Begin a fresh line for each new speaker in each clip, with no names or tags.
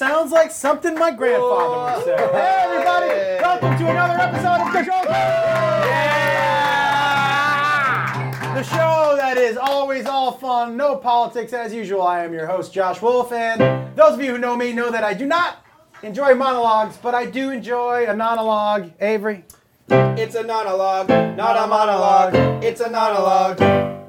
Sounds like something my grandfather would say. Hey, everybody! Welcome to another episode of Control Yeah! The show that is always all fun, no politics as usual. I am your host, Josh Wolf, and those of you who know me know that I do not enjoy monologues, but I do enjoy a monologue. Avery?
It's a monologue, not a monologue. It's a monologue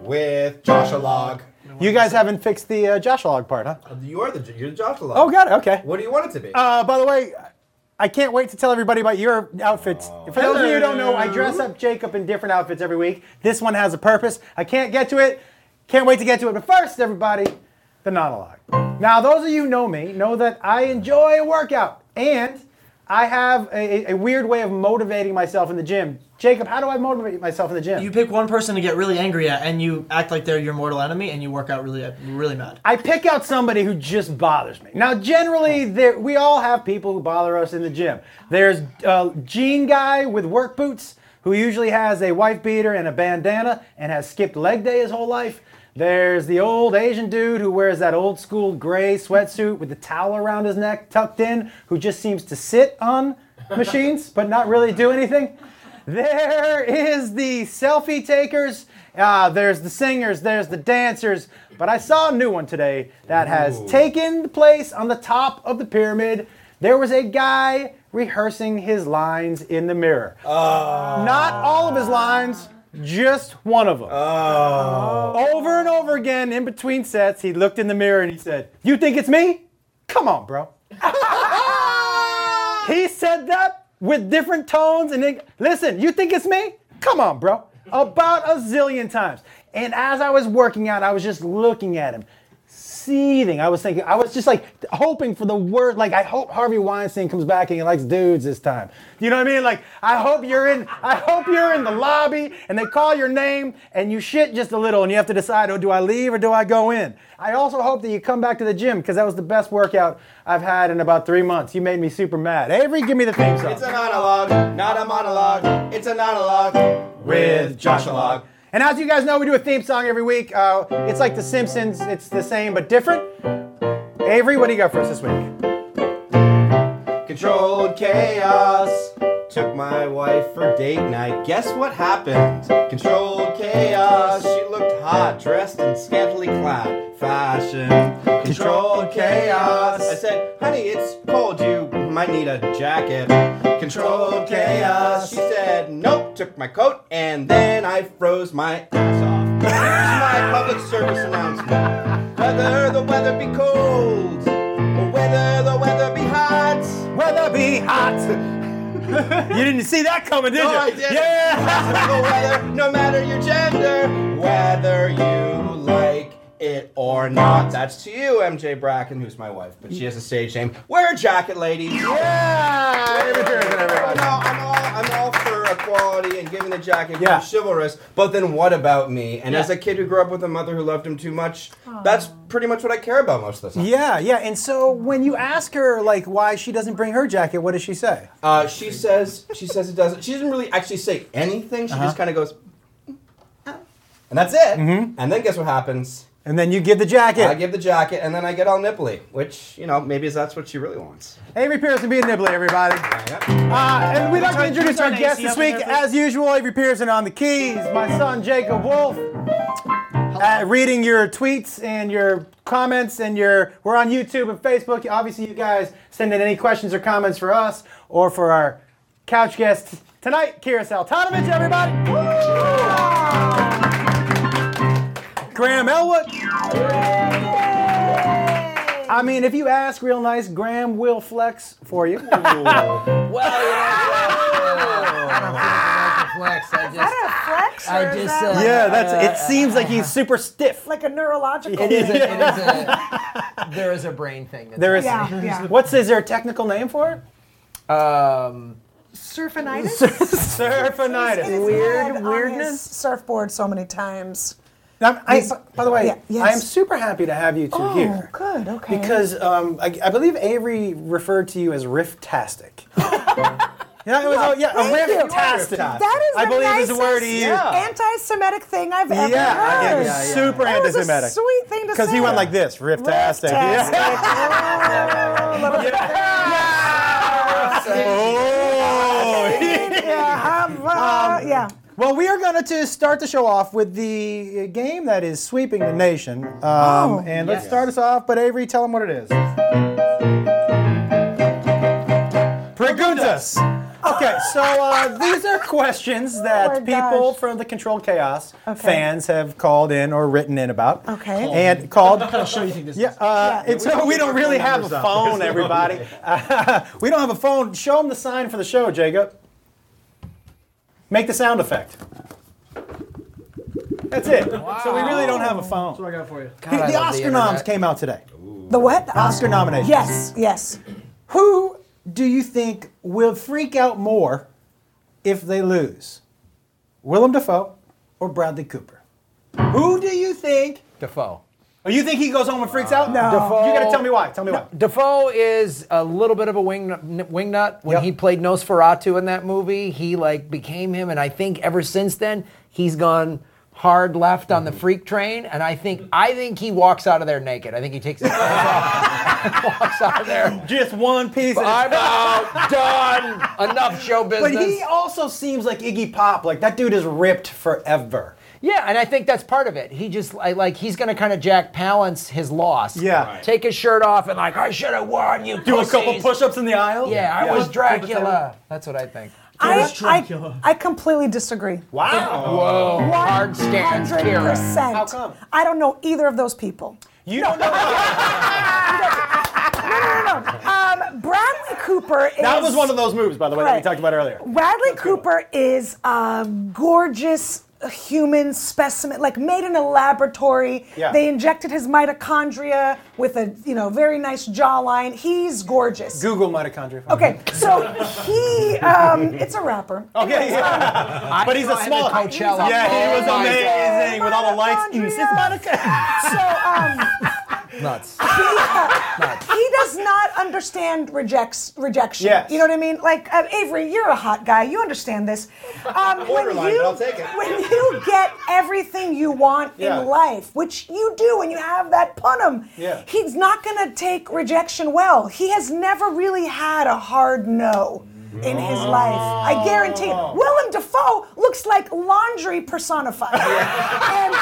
with Josh Alog.
You guys haven't fixed the uh, Joshalog part, huh?
You are the you're the Josh Alog.
Oh, got it. Okay.
What do you want it to be?
Uh, by the way, I can't wait to tell everybody about your outfits. For those of you who don't know, I dress up Jacob in different outfits every week. This one has a purpose. I can't get to it. Can't wait to get to it. But first, everybody, the monologue. Now, those of you who know me know that I enjoy a workout and I have a, a- a weird way of motivating myself in the gym. Jacob, how do I motivate myself in the gym?
You pick one person to get really angry at, and you act like they're your mortal enemy, and you work out really, really mad.
I pick out somebody who just bothers me. Now, generally, there, we all have people who bother us in the gym. There's uh, Gene guy with work boots who usually has a wife beater and a bandana and has skipped leg day his whole life. There's the old Asian dude who wears that old school gray sweatsuit with the towel around his neck tucked in, who just seems to sit on machines but not really do anything. There is the selfie takers. Uh, there's the singers. There's the dancers. But I saw a new one today that has taken the place on the top of the pyramid. There was a guy rehearsing his lines in the mirror. Not all of his lines, just one of them. Over and over again in between sets, he looked in the mirror and he said, You think it's me? Come on, bro. he said that with different tones and then, listen, you think it's me? Come on, bro. About a zillion times. And as I was working out, I was just looking at him, seething. I was thinking, I was just like hoping for the word, like, I hope Harvey Weinstein comes back and he likes dudes this time. You know what I mean? Like, I hope you're in, I hope you're in the lobby and they call your name and you shit just a little and you have to decide, oh, do I leave or do I go in? I also hope that you come back to the gym because that was the best workout I've had in about three months. You made me super mad. Avery, give me the theme song.
It's a monologue, not a monologue. It's a monologue with Josh Alog.
And as you guys know, we do a theme song every week. Uh, it's like The Simpsons, it's the same but different. Avery, what do you got for us this week?
Controlled chaos. Took my wife for date night. Guess what happened? Controlled chaos. She looked hot, dressed in scantily clad fashion. Controlled chaos. I said, honey, it's cold. You might need a jacket. Controlled chaos. She said, nope. Took my coat and then I froze my ass off. Here's my public service announcement. Whether the weather be cold or whether the weather be hot.
Weather be hot. you didn't see that coming, did
No,
you?
I didn't.
Yeah.
No matter- no matter your gender, whether you like it or not. That's to you, MJ Bracken, who's my wife, but she has a stage name. Wear a jacket, ladies.
yeah. Avery Pearson,
I'm
everybody.
all, I'm all, I'm all for equality and giving the jacket
Yeah.
yeah. chivalrous, but then what about me? And
Yeah.
as a kid who grew up with a mother who loved him too much, that's pretty much what I care about most of the time.
Yeah, yeah. And so when you ask her like why she doesn't bring her jacket, what does she say?
Uh, she says she says it doesn't. She doesn't really actually say anything.
Uh-huh.
She just kind of goes, and that's it.
Mm-hmm.
And then guess what happens?
And then you give the jacket.
I give the jacket, and then I get all nipply, which you know maybe that's what she really wants.
Avery Pearson being nibbly, everybody.
Yeah.
Uh, and we'd like to
turn-
introduce
turn
our
the
guest
AC
this
up in
week,
there, please.
as usual. Avery Pearson on the keys, my son Jacob Wolf. Uh, reading your tweets and your comments, and your we're on YouTube and Facebook. Obviously, you guys send in any questions or comments for us or for our couch guest tonight, Kira Saltanovich, everybody. Woo! Graham Elwood. I mean, if you ask real nice, Graham will flex for you.
flex. I
Is
just,
that a flex?
I
or is
just,
that
uh,
Yeah, that's. It seems like he's super stiff.
like a neurological.
it is a,
thing?
it is a, there is a brain thing. That's
There is.
Yeah, yeah.
What's is there a technical name for it?
Um,
Surfinitis.
Surfinitis.
Weird
weirdness?
surfboard so many times.
I'm- I- by the way,
Yeah, yes.
I am super happy to have you two
Oh,
here.
good, okay.
Because um, I, I believe Avery referred to you as riftastic. Yeah, it was, oh, yeah, a
Thank you.
riftastic.
That is
I
the
believe is the
nicest
word he used.
Yeah.
anti-Semitic thing I've
Yeah,
ever
I
heard.
think
yeah,
it's
yeah.
super
That was a
anti-Semitic.
sweet thing to say.
Because he went like this, riftastic.
Riftastic.
Yeah.
Oh, little-
Oh.
yeah, um, uh, yeah.
well, we are going to start the show off with the uh, game that is sweeping the nation. Um,
Oh.
and let's
Yes.
start us off, but Avery, tell them what it is. Preguntas. Okay, so uh, these are questions that
Oh my
people
gosh.
from the Control Chaos
Okay.
fans have called in or written in about.
Okay.
And called
What kind of show you think this
Yeah,
is?
uh,
Yeah.
and so we don't really have a
numbers up. There's
phone,
no
everybody. we don't have a phone. Show them the sign for the show, Jacob. Make the sound effect. That's it. So we really don't have a phone.
What do I got for you?
The-
I
the
love the
Oscar
internet.
noms came out today.
The what? The
Oscar nominations.
Yes, yes.
Who do you think will freak out more if they lose? Willem Dafoe or Bradley Cooper? Who do you think?
Defoe.
Oh, you think he goes home and freaks out?
No. Dafoe-
You gotta tell me why. Tell me why.
Defoe is a little bit of a wing wing nut. When
Yep.
he played Nosferatu in that movie, he like became him, and I think ever since then he's gone hard left on the
Mm-hmm.
freak train. And I think I think he walks out of there naked. I think he takes his clothes off, and walks out of there.
Just one piece. of
I'm out, done, enough show
But
business.
he also seems like Iggy Pop. Like that dude is ripped forever.
Yeah, and I think that's part of it. He just I- like he's gonna kind of Jack Palance his loss.
Yeah. Right.
Take his shirt off and like I should have won you.
Do a couple
pussies."
push-ups in the aisle.
Yeah, I was Dracula. That's what I think.
I,
Jonas
I,
Dracula.
I completely disagree.
Wow.
Whoa, hard stance, Kira.
100%.
How come?
I don't know either of those people.
You don't know.
Um, Bradley Cooper is.
That was one of those moves, by the way, that we
Right.
talked about earlier.
Bradley Cooper is a gorgeous human specimen, like made in a laboratory.
Yeah.
They injected his mitochondria with a you know very nice jawline. He's gorgeous.
Google mitochondria.
Okay, so he, um, it's a rapper.
Okay. Oh, Yeah. But he's a small.
Coachella.
Yeah, he was
Oh my
amazing with all the lights. Mm,
Mitochondria.
it's mitochondria.
So um,
Nuts.
he, uh, he does not understand rejects rejection.
Yes.
You know what I mean? Like uh, Avery, you're a hot guy. You understand this. Um, when
Borderline,
you
but I'll take it.
when you get everything you want
Yeah.
in life, which you do, and you have that punim,
Yeah.
he's not gonna take rejection well. He has never really had a hard no. In his life, I guarantee. it. Willem Dafoe looks like laundry personified. and,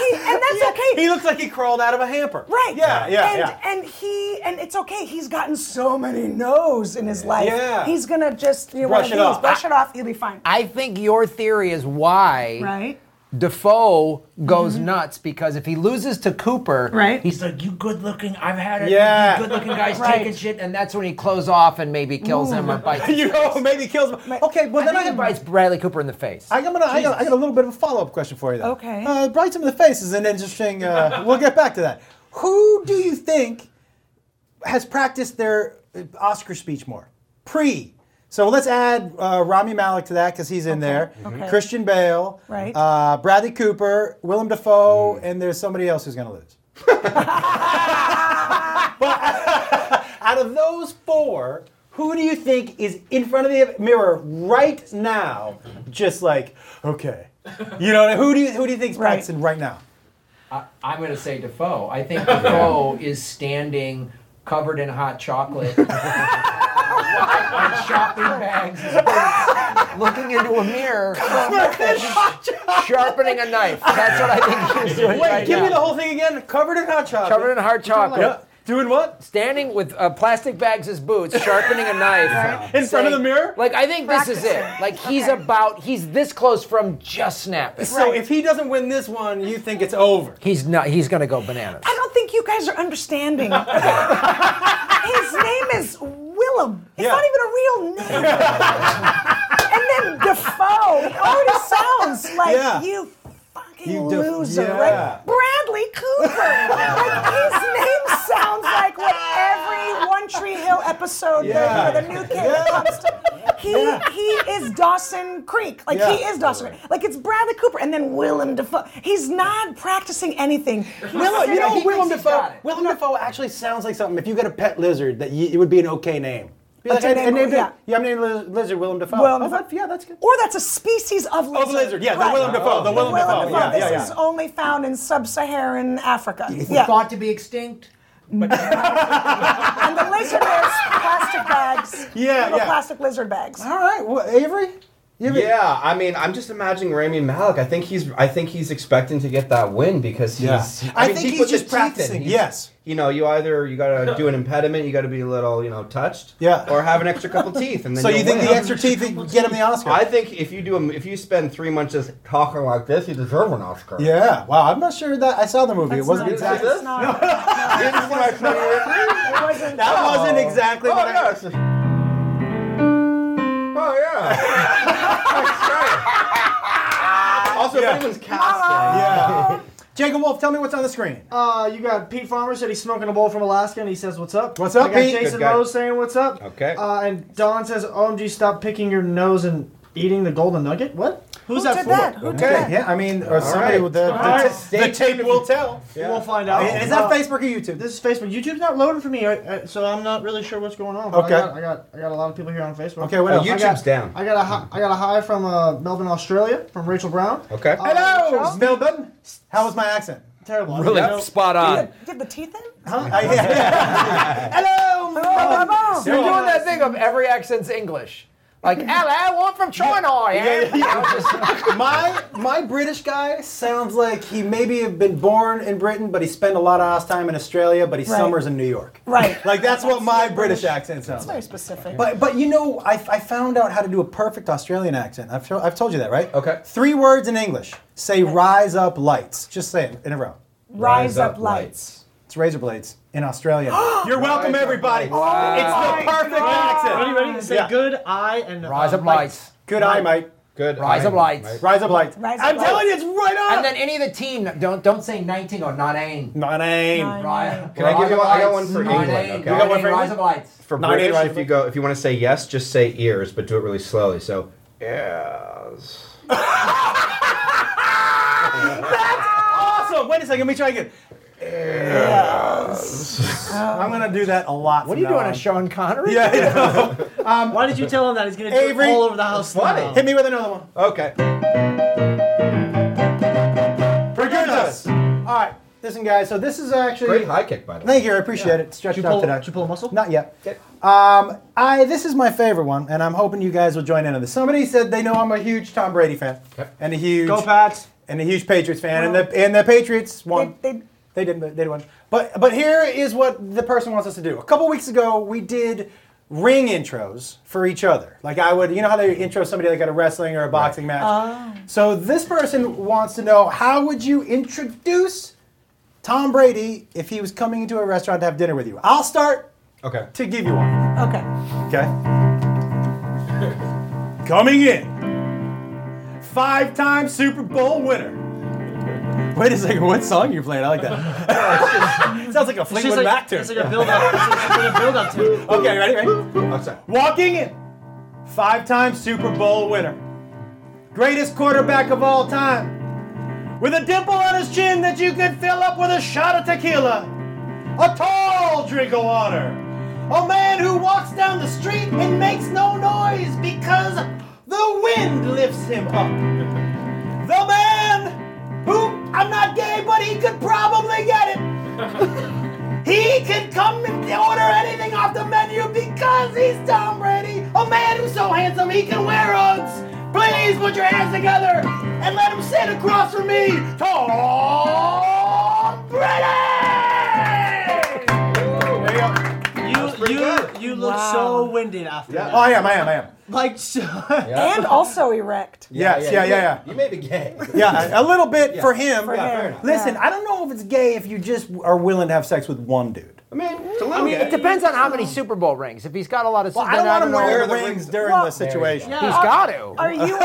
he- and that's okay.
He looks like he crawled out of a hamper.
Right.
Yeah, yeah,
And
yeah.
and he and it's okay. He's gotten so many no's in his life.
Yeah.
He's gonna just you know,
Brush
one of
it
these,
off.
brush it off. He'll be fine.
I think your theory is why
right. Mm-hmm.
Defoe goes nuts because if he loses to Cooper,
Right.
he's like, You good looking, I've had it.
Yeah.
You good looking guys
Right.
taking shit, and that's when he close off and maybe kills him or bites him.
You know, maybe kills him. Okay, well
And
then
then
I
he
have
bites Bradley Cooper in the face.
I got, I, got, I got a little bit of a follow up question for you, though.
Okay.
Uh, Brights in the Face is an interesting. Uh, we'll get back to that. Who do you think has practiced their uh, Oscar speech more? Pre. So let's add uh, Rami Malik to that because he's in there.
Okay.
Christian Bale.
Right.
Uh, Bradley Cooper, Willem Dafoe,
Mm.
and there's somebody else who's going to lose. out of those four, who do you think is in front of the mirror right now, just like okay, you know, who do you who do you think's
Right.
practicing right now?
I, I'm going to say Defoe. I think Defoe is standing covered in hot chocolate on shopping bags.
looking into a mirror, sharpening a knife. That's what I think he's doing
Wait,
right
give
now.
me the whole thing again. Covered in hot chocolate.
Covered in hard chocolate.
Yeah. Doing what?
Standing with uh, plastic bags as boots, sharpening a knife.
In front of the mirror?
Like, I think this is it.
Practicing.
Like, he's about, he's this close from just snapping.
So if he doesn't win this one, you think it's over.
He's not, he's gonna go bananas.
I don't think you guys are understanding. His name is Willem. It's
Yeah.
not even a real name. and then Defoe. It already sounds like
Yeah.
you fucking
You def-
loser,
yeah.
right? Bradley Cooper. like his name sounds like what every One Tree Hill episode, the-
Yeah.
the, new kid comes to. He he is Dawson Creek. Like he
Yeah.
is Dawson Creek. Like it's Bradley Cooper and then Willem Dafoe. He's not practicing anything.
Willem, you know
He
Willem
thinks he's
Dafoe.
got it.
Willem Dafoe actually sounds like something. If you got a pet lizard, that you, it would be an okay name. Be like,
Okay
I,
name,
I named
yeah.
it. Yeah, I named li- lizard Willem Dafoe.
Willem
oh,
Dafoe.
that- yeah, that's good.
Or that's Oh, a species of lizard.
Of lizard, Oh, yeah, the Willem Dafoe, the Willem Dafoe, yeah,
This
yeah, yeah.
is only found in sub-Saharan Africa.
yeah.
Yeah.
thought to be extinct. But
And the lizard wears plastic bags.
Yeah,
Little
yeah.
plastic lizard bags.
All right, well, Avery. You have a-
Yeah, I mean, I'm just imagining Rami Malik. I think he's, I think he's expecting to get that win because he's.
Yeah.
I,
I
mean,
think
he
he's
put the
just
teeth in.
practicing,
He's-
yes.
You know, you either you gotta do an impediment, you gotta be a little, you know, touched.
Yeah.
Or have an extra couple teeth, and then
So you
you'll
think
win.
the extra teeth would get him the Oscar?
I think if you do, a- if you spend three months just talking like this, you deserve an Oscar.
yeah. Wow, I'm not sure that I saw the movie. it wasn't
not-
exactly.
It's not. No.
Isn't that funny?
It wasn't.
That wasn't exactly.
Oh
what I-
yes. Oh yeah. That's right. Also,
Yeah.
if anyone's casting,
Yeah. Jacob Wolf, tell me what's on the screen.
Uh, you got Pete Farmer said he's smoking a bowl from Alaska, and he says, "What's up?"
What's up,
I got
Pete?
Good
Jason
guy.
Rose saying, "What's up?"
Okay.
Uh, and Don says, "OMG, stop picking your nose and eating the golden nugget." What? Who's
Who did that? Who did
Okay.
that?
Yeah, I mean, or somebody
right.
with the, the,
All right.
ta-
Stay
the
tuned
tape will tell.
We'll find out.
Is that
Uh,
Facebook or YouTube?
This is Facebook. YouTube's not loading for me, I, I, so I'm not really sure what's going on. but
Okay.
I got, I got I got a lot of people here on Facebook.
Okay, what
Oh,
else?
YouTube's
I got,
down.
I got a hi- I got a hi from uh, Melbourne, Australia, from Rachel Brown. Uh,
Okay.
Hello, Melbourne. How was my accent?
Terrible. I
Really
don't know.
spot
uh,
on.
Did the teeth in?
Huh? I- yeah. Hello,
Oh,
Melbourne.
oh,
You're
Yeah.
doing that thing of every accent's English. Like, hello, I'm from China. Yeah,
yeah, my my British guy sounds like he maybe have been born in Britain, but he spent a lot of his time in Australia, but he
Right.
summers in New York.
Right.
Like that's what my British accent sounds
Very
like.
specific.
But but you know, I, I found out how to do a perfect Australian accent. I've show, I've told you that, right?
Okay.
Three words in English. Say "rise up lights." Just say it in a row.
Rise up lights.
It's razor blades in Australian. You're
welcome, everybody.
it's the perfect
Ready,
accent.
ready? Say
Yeah.
good eye and uh,
Rise up lights.
Good eye, Mike.
Good.
Rise up
eye,
lights.
Mike.
Rise up lights.
Rise up
I'm telling you,
lights.
it's right on.
And then any of the team, don't don't
don't say 19 or not aim.
Not aim.
Nine.
Right.
Can I give you one? I got one for
Not
England,
aim.
okay?
Not
You got
one
aim,
for
Rise of
England?
lights.
For
Nine eight
British,
rifle.
if you go, if you want to say yes, just say ears, but do it really slowly. So uh. yes.
Awesome. Wait a second. Let me try again. I'm gonna do that a lot.
What are
from
you
now
doing,
on.
a Sean Connery?
Yeah, I know.
Why did you tell him that? He's gonna do
Um, Avery-
it all over the house.
Funny.
now.
Hit me with another one.
Okay.
Forgiveness. All right. Listen, guys. So this is actually.
Great high kick, by the way.
Thank you. I appreciate it. Stretched
Did you
out
pull-
today.
did you pull a muscle?
Not yet.
Okay.
Um, I this is my favorite one, and I'm hoping you guys will join in on this. Somebody said they know I'm a huge Tom Brady fan,
Yep.
and a huge
Go Pats.
and a huge Patriots fan, and the and the Patriots won.
They- they-
They didn't. but They didn't. But but here is what the person wants us to do. A couple weeks ago, we did ring intros for each other. Like I would, you know how they intro somebody like at a wrestling or a boxing match.
Oh, Ah.
So this person wants to know how would you introduce Tom Brady if he was coming into a restaurant to have dinner with you? I'll start
Okay.
to give you one.
Okay.
Okay. coming in, five-time Super Bowl winner. Wait a second, what song you playing? I like that. Sounds like a
It's just
Fleetwood Mac
like,
tune.
it's like a build up. It's like a bit of build up to it.
Okay, ready, ready?
Oh, sorry.
Walking in, five time Super Bowl winner, greatest quarterback of all time, with a dimple on his chin that you could fill up with a shot of tequila, a tall drink of water, a man who walks down the street and makes no noise because the wind lifts him up, the man who, I'm not gay, but he could probably get it. He can come and order anything off the menu because he's Tom Brady, a man who's so handsome he can wear Uggs. Please put your hands together and let him sit across from me, Tom Brady.
You you you look
Wow.
so winded after
Yeah.
that.
Oh, I am, I am, I am.
Like so.
And also erect.
Yes, yeah,
you
yeah,
may- You may be gay.
Yeah, a little bit
for
him.
Yeah, fair enough.
Listen,
Yeah.
I don't know if it's gay if you just are willing to have sex with one dude.
I mean, it's a little
I mean,
gay.
it depends on how many Super Bowl rings. If he's got a lot of,
Well, I
then
don't want him
know.
where
wearing
the
rings,
rings-
during
Well,
the
there you
situation.
go.
He's got to.
Are you?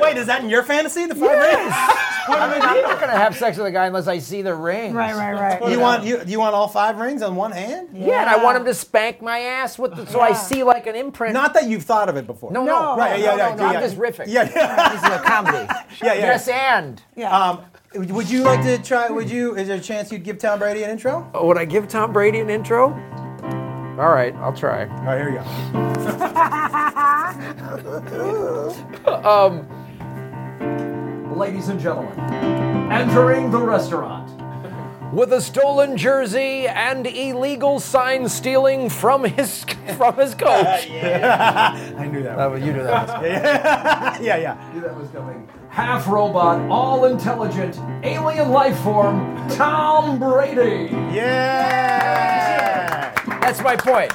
Wait, is that in your fantasy? The five rings?
I mean, I'm not gonna have sex with a guy unless I see the ring.
Right, right, right.
You want you, you want all five rings on one hand?
Yeah, and I want him to spank my ass with the, so I
Yeah.
see like an imprint.
Not that you've thought of it before.
no, no,
No.
no,
Right,
right,
yeah,
no,
yeah,
no, no,
yeah,
I'm
yeah.
just riffing.
Yeah, yeah.
this is a comedy.
yeah, yeah.
Yes, and
Yeah.
Um, would you like to try? Would you? Is there a chance you'd give Tom Brady an intro? All
Oh, would I give Tom Brady an intro? All right, I'll try.
right, here you go.
Um,
Ladies and gentlemen, entering the restaurant.
with a stolen jersey and illegal sign stealing from his from his coach.
I knew that.
Uh,
One.
well, you do that. one.
Yeah, yeah.
Knew that was coming. Half robot, all intelligent, alien life form, Tom Brady.
Yeah.
That's my point.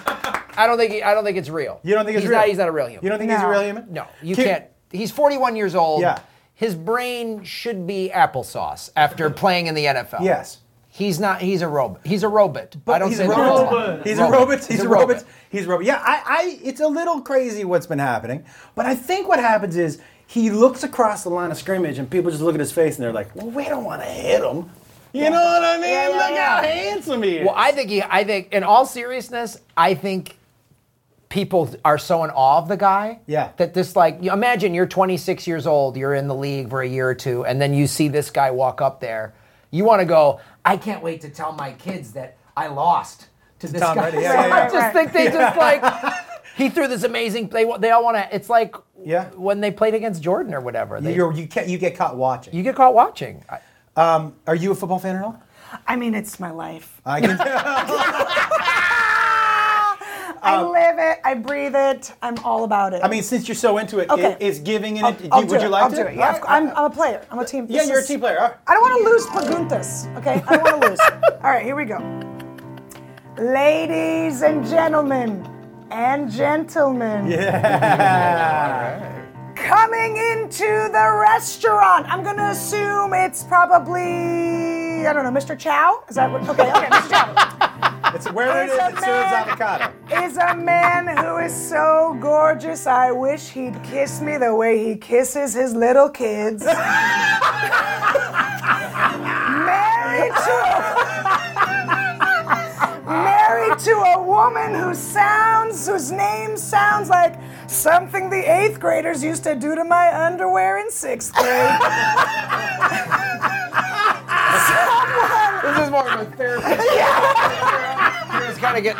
I don't think he, I don't think it's real.
You don't think it's
he's
real?
Not, he's not a real human.
You don't think he's a
No.
real human?
No, you
Can-
can't. He's 41 years old.
Yeah.
His brain should be applesauce after playing in the NFL.
Yes.
He's not. He's a robot. He's a robot. I don't
he's
say
a
the
robot.
robot.
He's a robot. He's, a robot. He's a robot. Yeah, I, I, it's a little crazy what's been happening, but I think what happens is he looks across the line of scrimmage and people just look at his face and they're like, "Well, we don't want to hit him." You know what I mean? look how handsome he is.
Well, I think he. I think, in all seriousness, I think people are so in awe of the guy.
Yeah.
That this, like, you imagine you're 26 years old, you're in the league for a year or two, and then you see this guy walk up there. You want to go. I
I can't wait to tell my kids that I lost to this
Tom
guy.
Brady, yeah, yeah, yeah.
I just think they just like. He threw this amazing. They they all want to. It's like
Yeah.
when they played against Jordan or whatever. They,
You're, you can't. You get caught watching.
you get caught watching. I-
Um, Are you a football fan at all?
I mean, it's my life.
I can.
I live it. I breathe it. I'm all about it.
Um, I mean, since you're so into it,
Okay.
it it's giving in
I'll,
it. Do you-
I'll do
would you
it.
like
I'll
to?
do it. Yeah,
All
of
right.
cou- I'm, I'm a player. I'm a team.
yeah,
this
you're a
is-
team player. All right.
I don't want to lose Paguntas, okay? I don't want to lose. All right, here we go. Ladies and gentlemen, and gentlemen. Coming into the restaurant. I'm going to assume it's probably, I don't know, Mr. Chow? Is that what? Okay, okay, Mr. Chow.
It's where it
It's
is.
a
It serves
man.
avocado.
Is a man who is so gorgeous, I wish he'd kiss me the way he kisses his little kids. married to married to a woman who sounds whose name sounds like something the eighth graders used to do to my underwear in sixth grade.
This is more of a therapy. You're just kind of get.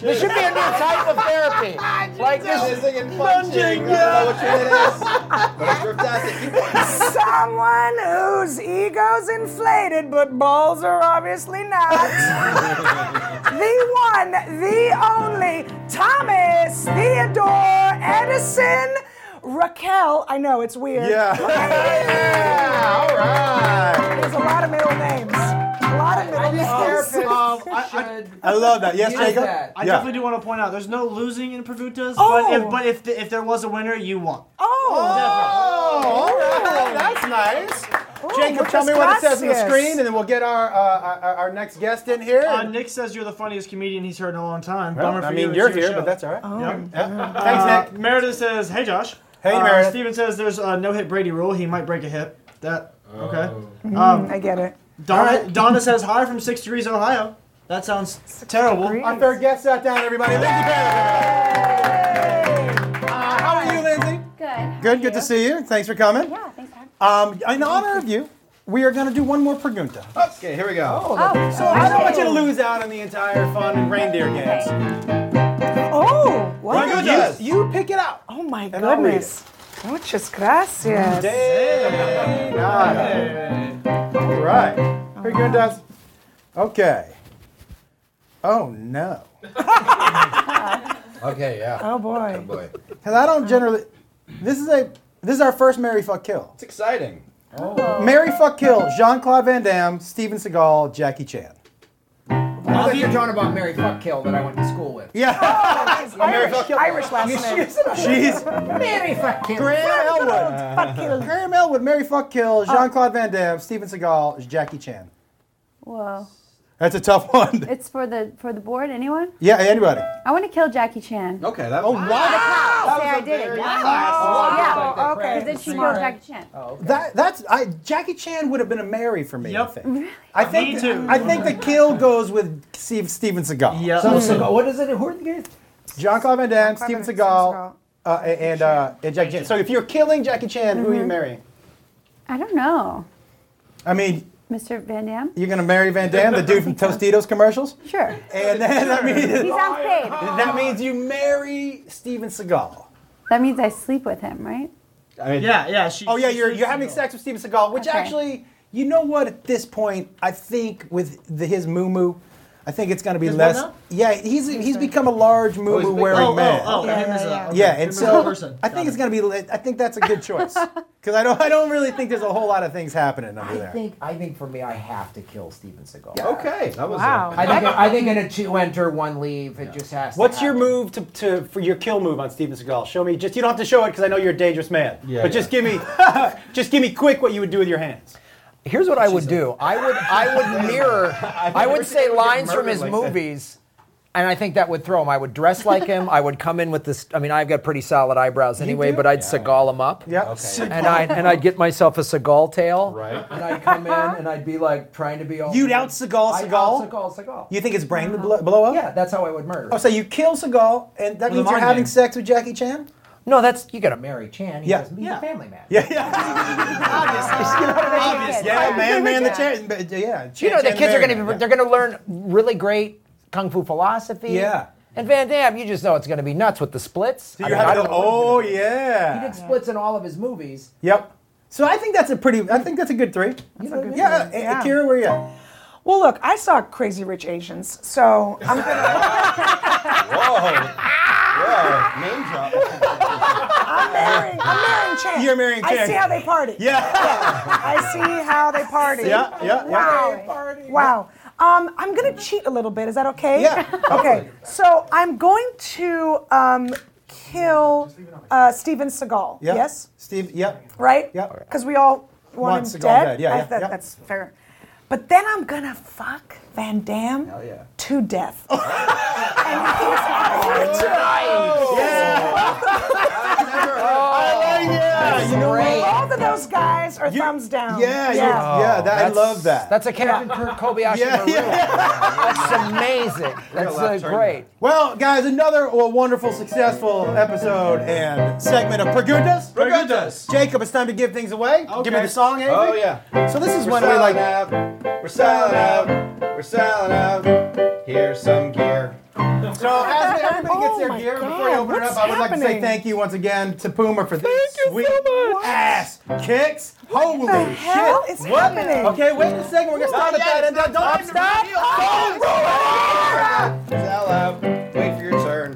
This should be a new type of therapy. Like this.
Kissing and punching. I don't know which one it is. But it's fantastic. Keep going.
Someone whose ego's inflated, but balls are obviously not. the one, the only Thomas Theodore Edison Raquel. I know it's weird.
Yeah.
Yeah.
All right.
There's a lot of middle names. A lot of middle names.
should
I love that. Yes,
use
Jacob.
that.
I
Yeah.
definitely do want to point out there's no losing in Pagutas,
Oh.
but if but if, if there was a winner, you won.
Oh, all right. That's nice. Jacob, tell me what it says on the
gracias.
screen, and then we'll get our uh, our, our next guest in here.
Uh, Nick says you're the funniest comedian he's heard in a long time.
Well,
Bummer for
I
you,
mean,
it's
you're
your
here,
show.
but that's all right.
Oh.
Yep.
Yeah.
Uh,
Thanks, Nick.
Meredith says, "Hey, Josh."
Hey,
uh,
Meredith.
Steven says there's a no hit Brady rule. He might break a hip. That okay.
Hmm, Mm-hmm.
Um,
Um,
I get it.
Donna,
All right.
Donna says hi from Six Degrees, Ohio. That sounds terrible.
degrees.
Our third guest sat down, everybody. Lindsay Taylor. Uh, how are you, Lindsay?
Good. How
Good.
are
Good to see you. Thanks for coming.
Yeah, thanks for having
Um, in honor of you, we are going to do one more pregunta.
Okay, here we go.
Oh,
So I don't want you to lose out on the entire fun and reindeer games.
okay.
Oh, what?
You-
Yes.
You, pick it out.
Oh my
And I'll read
goodness. Muchas gracias.
Hey, All right. Here you go, Dust. Okay. Oh no.
Okay, yeah.
Oh boy.
Good boy.
Cause I don't generally. This is a. This is our first Mary Fuck Kill.
It's exciting.
Oh.
Mary Fuck Kill. Jean Claude Van Damme, Steven Seagal, Jackie Chan.
I thought you were talking about Mary Fuck Kill that I went to school with.
Yeah. Oh,
Guys, Irish, Irish last name.
She's
Mary Fuck Kill.
Graham Elwood.
Fuck you.
Graham Elwood. Mary Fuck Kill. Jean Claude Van Damme, Steven Seagal, Jackie Chan.
Whoa.
That's a tough one.
It's for the for the board. Anyone?
yeah, anybody.
I want to kill Jackie Chan.
Okay,
Oh,
that was.
Wow.
was
Say
a
I did it.
very
Wow.
classy-
Yeah.
okay.
Because then she killed Jackie Chan.
Oh, That that's I Jackie Chan would have been a Mary for me. I
Yep.
think. I think
Me too.
I think the kill goes with Steve, Steven Seagal.
Yep.
So
Mm.
Seagal, what is it? Who are the guys? John Claude Van Damme,
Jean-Claude Van
Steven
Damme, Steven
Seagal,
Seagal.
uh, and and, uh, and Jackie Chan. So if you're killing Jackie Chan, who are you marrying?
I don't know.
I mean,
Mr. Van Damme?
you're gonna marry Van Damme, the dude from Tostitos commercials,
Sure.
and then I mean
He's on stage.
that means you marry Steven Seagal.
That means I sleep with him, right?
I mean,
Yeah, yeah. She,
Oh yeah,
she
you're
sleeps
you're having
single.
sex with Steven Seagal, which
Okay.
actually, you know what? At this point, I think with the, his moo moo, I think it's going to be
His what
less.
now?
Yeah, he's he's become a large moo moo wearing
Oh,
man.
oh, oh,
Yeah,
him as a-
yeah,
okay,
Yeah,
him
and
as
so
a person.
I think it's going to be. li- I think that's a good choice because I don't I don't really think there's a whole lot of things happening under
I
there.
think I think for me, I have to kill Steven Seagal.
Okay, that was.
Wow.
A,
I think I think in a two enter one leave, it just has. to
What's your
happen.
move to, to for your kill move on Steven Seagal? Show me. Just you don't have to show it because I know you're a dangerous man.
Yeah,
but just
yeah.
give me just give me quick what you would do with your hands.
Here's what I would do. I would I would mirror. I
never
would
seen
say
anyone get
lines from
murdered
his
like that.
movies, and I think that would throw him. I would dress like him. I would come in with this. I mean, I've got pretty solid eyebrows anyway,
do?
but I'd Seagal him up.
Yeah.
Okay.
And I and I'd get myself a Seagal tail.
right.
And I'd come in and I'd be like trying to be all.
You'd out Seagal
I'd
Seagal? Uh-huh.
out Seagal Seagal.
You think his brain would blow, blow up?
yeah, that's how I would murder.
Oh, so you kill Seagal, and that
With a
means you're
mind
having
game.
sex with Jackie Chan?
No, that's you got to.
Mary Chan. He
Yeah.
does- he's
Yeah.
a family man.
Yeah, yeah.
Obviously.
man, man, the Chan. but, uh, Yeah.
You know, the kids are going to be.
Yeah.
They're going to learn really great kung fu philosophy.
Yeah.
And Van Damme, you just know it's going to be nuts with the splits.
So
I
you're
mean, I
having
don't-
to- oh,
He
yeah.
did splits in all of his movies.
Yep. So I think that's a pretty, I think that's a good three.
You know what I mean?
Yeah,
three.
uh,
Yeah.
Akira, where you at?
Well, look, I saw Crazy Rich Asians, so I'm gonna
Whoa. Name drop.
I'm marrying I'm marrying Chan.
You're marrying
I
Chan.
see how they party.
Yeah.
I see how they party.
Yeah, yeah,
Wow. Wow. Um, I'm gonna cheat a little bit. Is that okay?
Yeah,
Okay. So I'm going to um, kill uh, Steven Seagal.
Yep.
Yes.
Steve, yep.
Right.
Yep.
Because we all want,
Want
him
Seagal
dead.
dead. Yeah,
I-
yeah,
that-
yeah.
That's fair. But then I'm gonna fuck Van Damme
Hell yeah.
to death. and he's my fortune.
Oh. Yeah, you know what?
Both of those guys are thumbs down.
Yeah, yeah, yeah that, I
Oh, That's-
love that.
That's a Captain Kirk Kobayashi
Yeah,
Maru.
yeah.
That's amazing. That's
left
uh,
turn.
great.
Well, guys, another well, wonderful, successful episode and segment of Perguntas.
Preguntas.
Jacob, it's time to give things away. Give me
Okay.
the song, Avery.
Oh yeah.
So this is
We're
when uh, we
selling
like
out. We're selling out. We're selling out. Here's some gear.
So as everybody gets
Oh
their
my
gear
God,
before you open it up,
what's
I would like to say
happening?
thank you once again to Poomer for this
Thank you
sweet
so much.
ass kicks. Holy
the hell
shit!
is happening?
Okay, wait a second. We're gonna stop at that. And don't stop.
Sell out. Wait for your turn.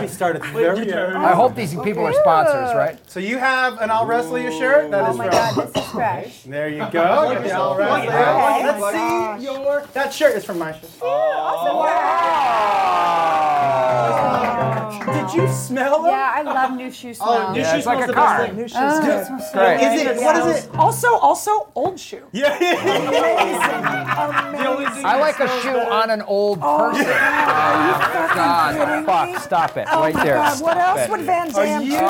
We started very good.
I hope these people are sponsors, right?
So you have an I'll wrestle you shirt. That
Oh
is
my
from.
god, this is fresh.
There you
Oh
go. Give me the I'll wrestle you.
Okay.
Let's see your. That shirt is from my shirt.
Oh.
Did you smell it?
Yeah, I love new shoe smell.
Oh,
Yeah, it's like a car.
New shoes.
Oh,
Yeah.
it smells so
Great.
good.
Is it? What is it?
Also, also old shoe.
Yeah. yeah.
Amazing. Amazing.
I like a shoe on an old
Oh,
person.
Are Ah, you fucking kidding
God,
me?
fuck, stop it.
Oh
right
my
there.
God, what
Stop
else
it.
would Van Damme
you-
do? Oh,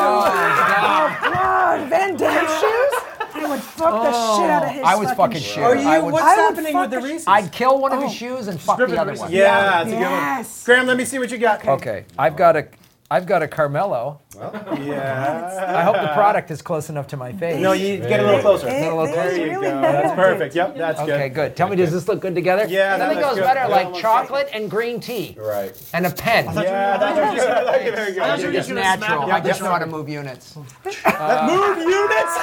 God, Van Damme shoes? I would fuck the shit out of his
Oh, I was fucking
shoes.
shit.
Are you?
I would,
What's
I would Oh.
happening with
fuck
the
a-
Reese's?
I'd kill one of his shoes and fuck the other one.
Yeah, that's a good one.
Yes.
Graham, let me see what you got.
Okay, I've got a, I've got a Carmelo.
Yeah.
I hope the product is close enough to my face.
No, you get a little closer.
It-
little
they
closer.
There you
really
go.
nailed
That's
it.
perfect. Yep, that's good.
Okay, good. Tell me, does this look good together?
Yeah, that
Nothing
looks
goes
good.
better
Yeah,
like
one
chocolate and green tea
Right.
and a pen.
Yeah, that's what you said. I like it. Very good.
I thought you were
Move
just gonna smack
natural.
him.
I just want to move units. Uh,
units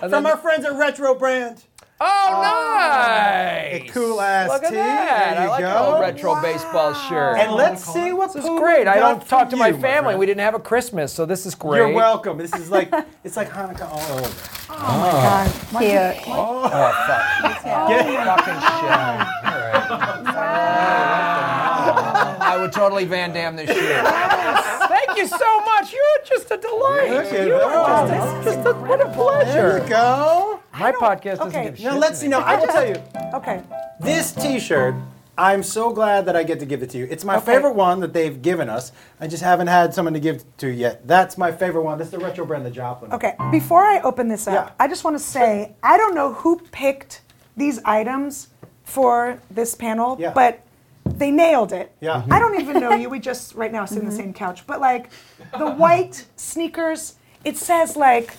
And
from
then-
our friends at Retro Brand.
oh, nice!
Cool ass
Look at
tea.
that. Oh,
There you
I like
go.
an old retro baseball shirt.
And let's see what's
Oh, this is great. I don't talk to my family. we didn't have a Christmas, so this is great.
You're welcome. This is like it's like Hanukkah all over.
Oh
Oh, Ah.
Oh.
Cute.
Fucking shit. I would totally Van Damme this year. Thank you so much. You're just a delight.
Look at
you are
that.
just, just a, what a pleasure.
There you go.
My
don't-
podcast doesn't
okay.
give a shit.
Now let's see. Now I will tell you,
Okay.
this T-shirt. I'm so glad that I get to give it to you. It's my
Okay.
favorite one that they've given us. I just haven't had someone to give to yet. That's my favorite one. That's the retro Brenda Joplin.
Okay, before I open this up,
Yeah.
I just want to say I don't know who picked these items for this panel,
Yeah.
but they nailed it.
Yeah. Mhm.
I don't even know you. We just right now sit on
Mm-hmm.
the same couch, but like the white sneakers, it says like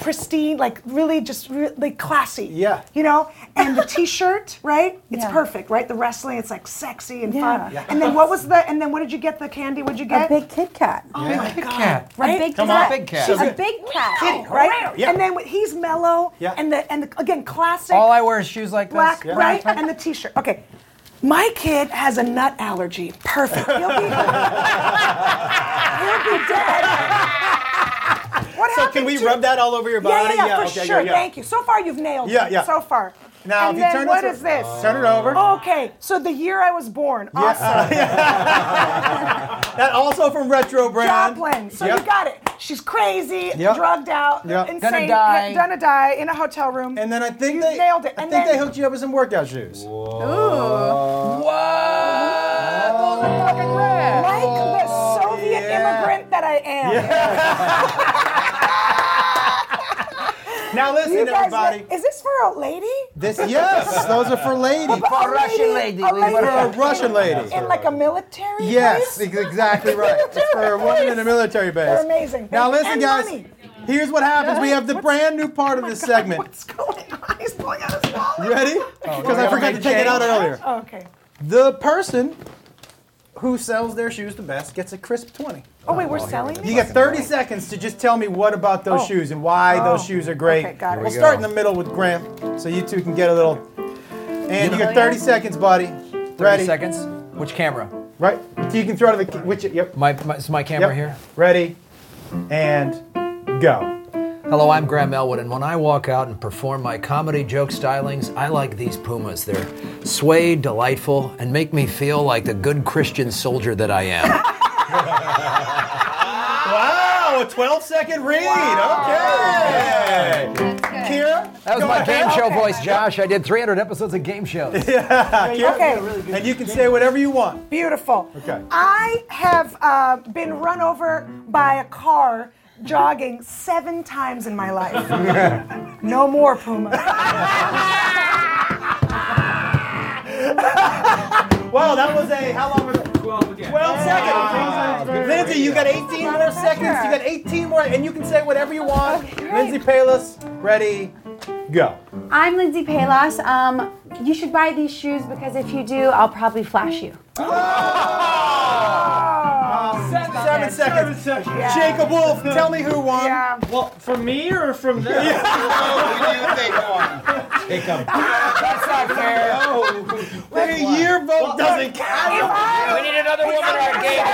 pristine, like really just re- like classy.
Yeah.
You know, and the t-shirt, right? It's
Yeah.
perfect, right? The wrestling, it's like sexy and fun.
Yeah. Yeah.
And then what was the? And then what did you get? The candy? What did you
A
get?
big Kit Kat.
oh my God.
cat.
Right?
A big
Come
cat.
on, big cat.
A big cat.
right?
Oh, Yeah.
And then with- he's mellow,
Yeah.
and the and the, again classic
All I wear is shoes like
black,
this.
right? And the t-shirt. Okay, my kid has a nut allergy. Perfect. He'll be, he'll be dead. What
So
happened
can we
to-
rub that all over your
Yeah,
body?
yeah, yeah, for
okay,
sure.
yeah, yeah.
Thank you. So far, you've nailed
Yeah,
it.
yeah.
So far.
Now,
and
if you
then
turn
what
this Uh,
is this?
Turn it over.
Okay, so the year I was born. Awesome.
That also from Retro Brand.
Joplin. So
Yep.
you got it. She's crazy,
Yep.
drugged out,
Yep.
insane,
Gonna die.
gonna die in a hotel room.
And then I think
You
they
nailed it.
I
And
think
then-
they hooked you up with some workout shoes.
like the
Oh,
Soviet immigrant that I am.
Now listen,
You guys,
everybody.
is this for a lady?
This yes, those are for ladies.
A
Russian lady,
a
lady.
For a Russian lady.
in like a military
Yes,
place?
ex- exactly right. It's for a woman in a military base.
They're amazing.
Now
Thank you.
listen,
And
guys.
money.
Here's what happens. We have the brand new part of
Oh my
this
God,
segment.
What's going on? He's pulling out his wallet.
Ready? Because I forgot to take it out earlier.
Oh, okay.
The person who sells their shoes the best gets a crisp 20.
Oh wait, we're selling
You
these?
get 30 seconds to just tell me what about those
Oh.
shoes and why those
Oh.
shoes are great.
Okay, got it. Here we
We'll
go.
start in the middle with Graham, so you two can get a little. And you got 30 seconds, buddy. 30
Thirty
Ready?
seconds. Which camera?
Right. So you can throw to the which. Yep.
My, my, is my camera
Yep.
here?
Ready, and go.
Hello, I'm Graham Elwood, and when I walk out and perform my comedy joke stylings, I like these pumas. They're suede, delightful, and make me feel like the good Christian soldier that I am.
Wow, a 12 second read. Okay. Kira,
That was
go
my
ahead.
game show voice, Josh. I did 300 episodes of game shows.
Kira,
Okay.
And you can say whatever you want.
Beautiful.
Okay.
I have uh, been run over by a car jogging seven times in my life. no more Puma.
Wow, that was a how long was it?
12 again.
12 seconds. Lindsay, you got 18 more seconds. You
pressure.
got 18 more, and you can say whatever you want. Lindsay Palis, ready, go.
I'm Lindsay Palos. Um, you should buy these shoes because if you do, I'll probably flash you.
Ah.
Seven, seconds. Jacob Wolf, tell me who won.
Yeah.
Well, from me or from
Oh,
them?
do you think one? Jacob.
That's not fair.
Their year vote doesn't count.
We need another woman in our game.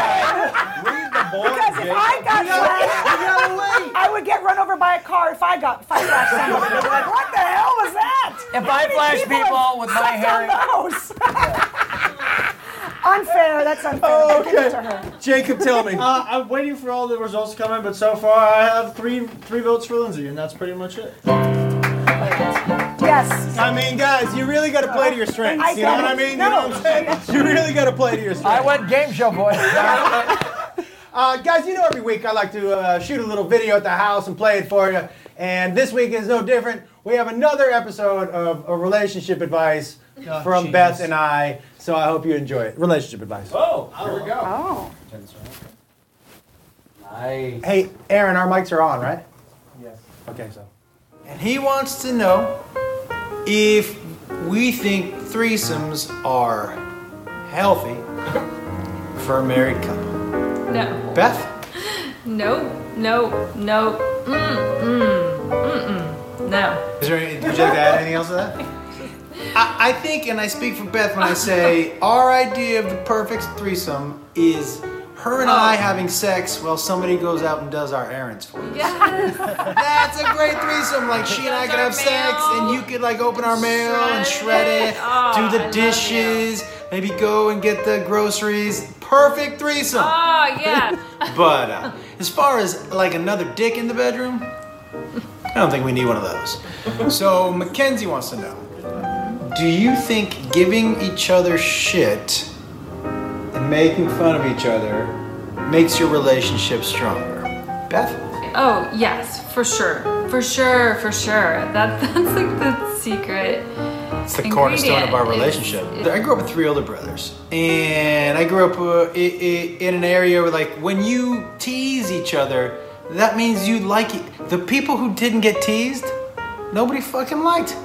Read the board,
Because if I got flashed, I would get run over by a car if I got if I flashed someone. I'd be like, what the hell was that?
If I flash people with my hair.
unfair. That's unfair.
Oh,
Give it
okay.
to her.
Jacob, tell me.
Uh, I'm waiting for all the results to come in, but so far I have three three votes for Lindsay, and that's pretty much it.
Yes.
I mean, guys, you really got to play to your strengths.
I
you know
get
what I
it.
mean? You know what I'm saying? You really got to play to your strengths.
I went game show voice.
Uh, guys, you know every week I like to uh, shoot a little video at the house and play it for you. And this week is no different. We have another episode of uh, relationship advice from
Jesus.
Beth and I. So I hope you enjoy it. Relationship advice.
Oh, here we go.
Oh.
Nice.
Hey, Aaron, our mics are on, right?
Yes.
Okay, so.
And he wants to know if we think threesomes are healthy for a married couple.
No.
Beth?
No. No. No. Mm. Mm. Mm. No.
Is there any, would you like to add anything else to that? I, I think, and I speak for Beth when I say our idea of the perfect threesome is her and I having sex while somebody goes out and does our errands for us.
Yes.
That's a great threesome. Like she and I could have
Does our
sex,
mail.
and you could like open our mail and shred
Shred it.
it,
Oh,
do
I
the
love
dishes, maybe go and get the groceries. Perfect threesome.
Oh yeah.
But uh, as far as like another dick in the bedroom, I don't think we need one of those. So Mackenzie wants to know: Do you think giving each other shit and making fun of each other makes your relationship stronger? Beth,
Oh yes, for sure, for sure, for sure. That that's like the secret.
it's the cornerstone of our
ingredient.
relationship. I grew up with three older brothers, and I grew up uh, i- i- in an area where, like, when you tease each other, that means you like it. The people who didn't get teased, nobody fucking liked.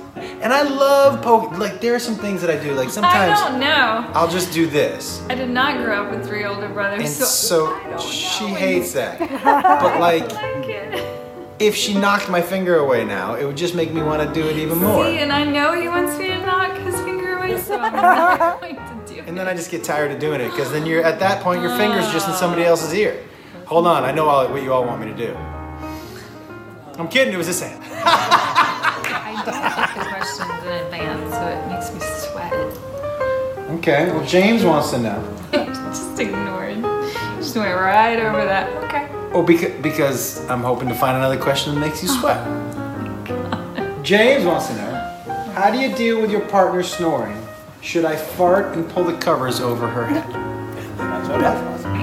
And I love poke. Like, there are some things that I do. Like sometimes
I don't know.
I'll just do this.
I did not grow up with three older brothers,
And
so,
so
I don't
she
know.
hates that. But like,
Like it.
if she knocked my finger away now, it would just make me want to do it even more.
See, and I know he wants me to knock his finger away, so I'm not going to do it.
And then I just get tired of doing it because then you're at that point, your finger's just in somebody else's ear. Hold on, I know all, what you all want me to do. I'm kidding. It was this hand.
I do get the questions in advance, so it makes me sweat.
Okay. Well, James wants to know.
Just ignored. Just went right over that. Okay.
Oh, because because I'm hoping to find another question that makes you sweat. James wants to know. How do you deal with your partner snoring? Should I fart and pull the covers over her head?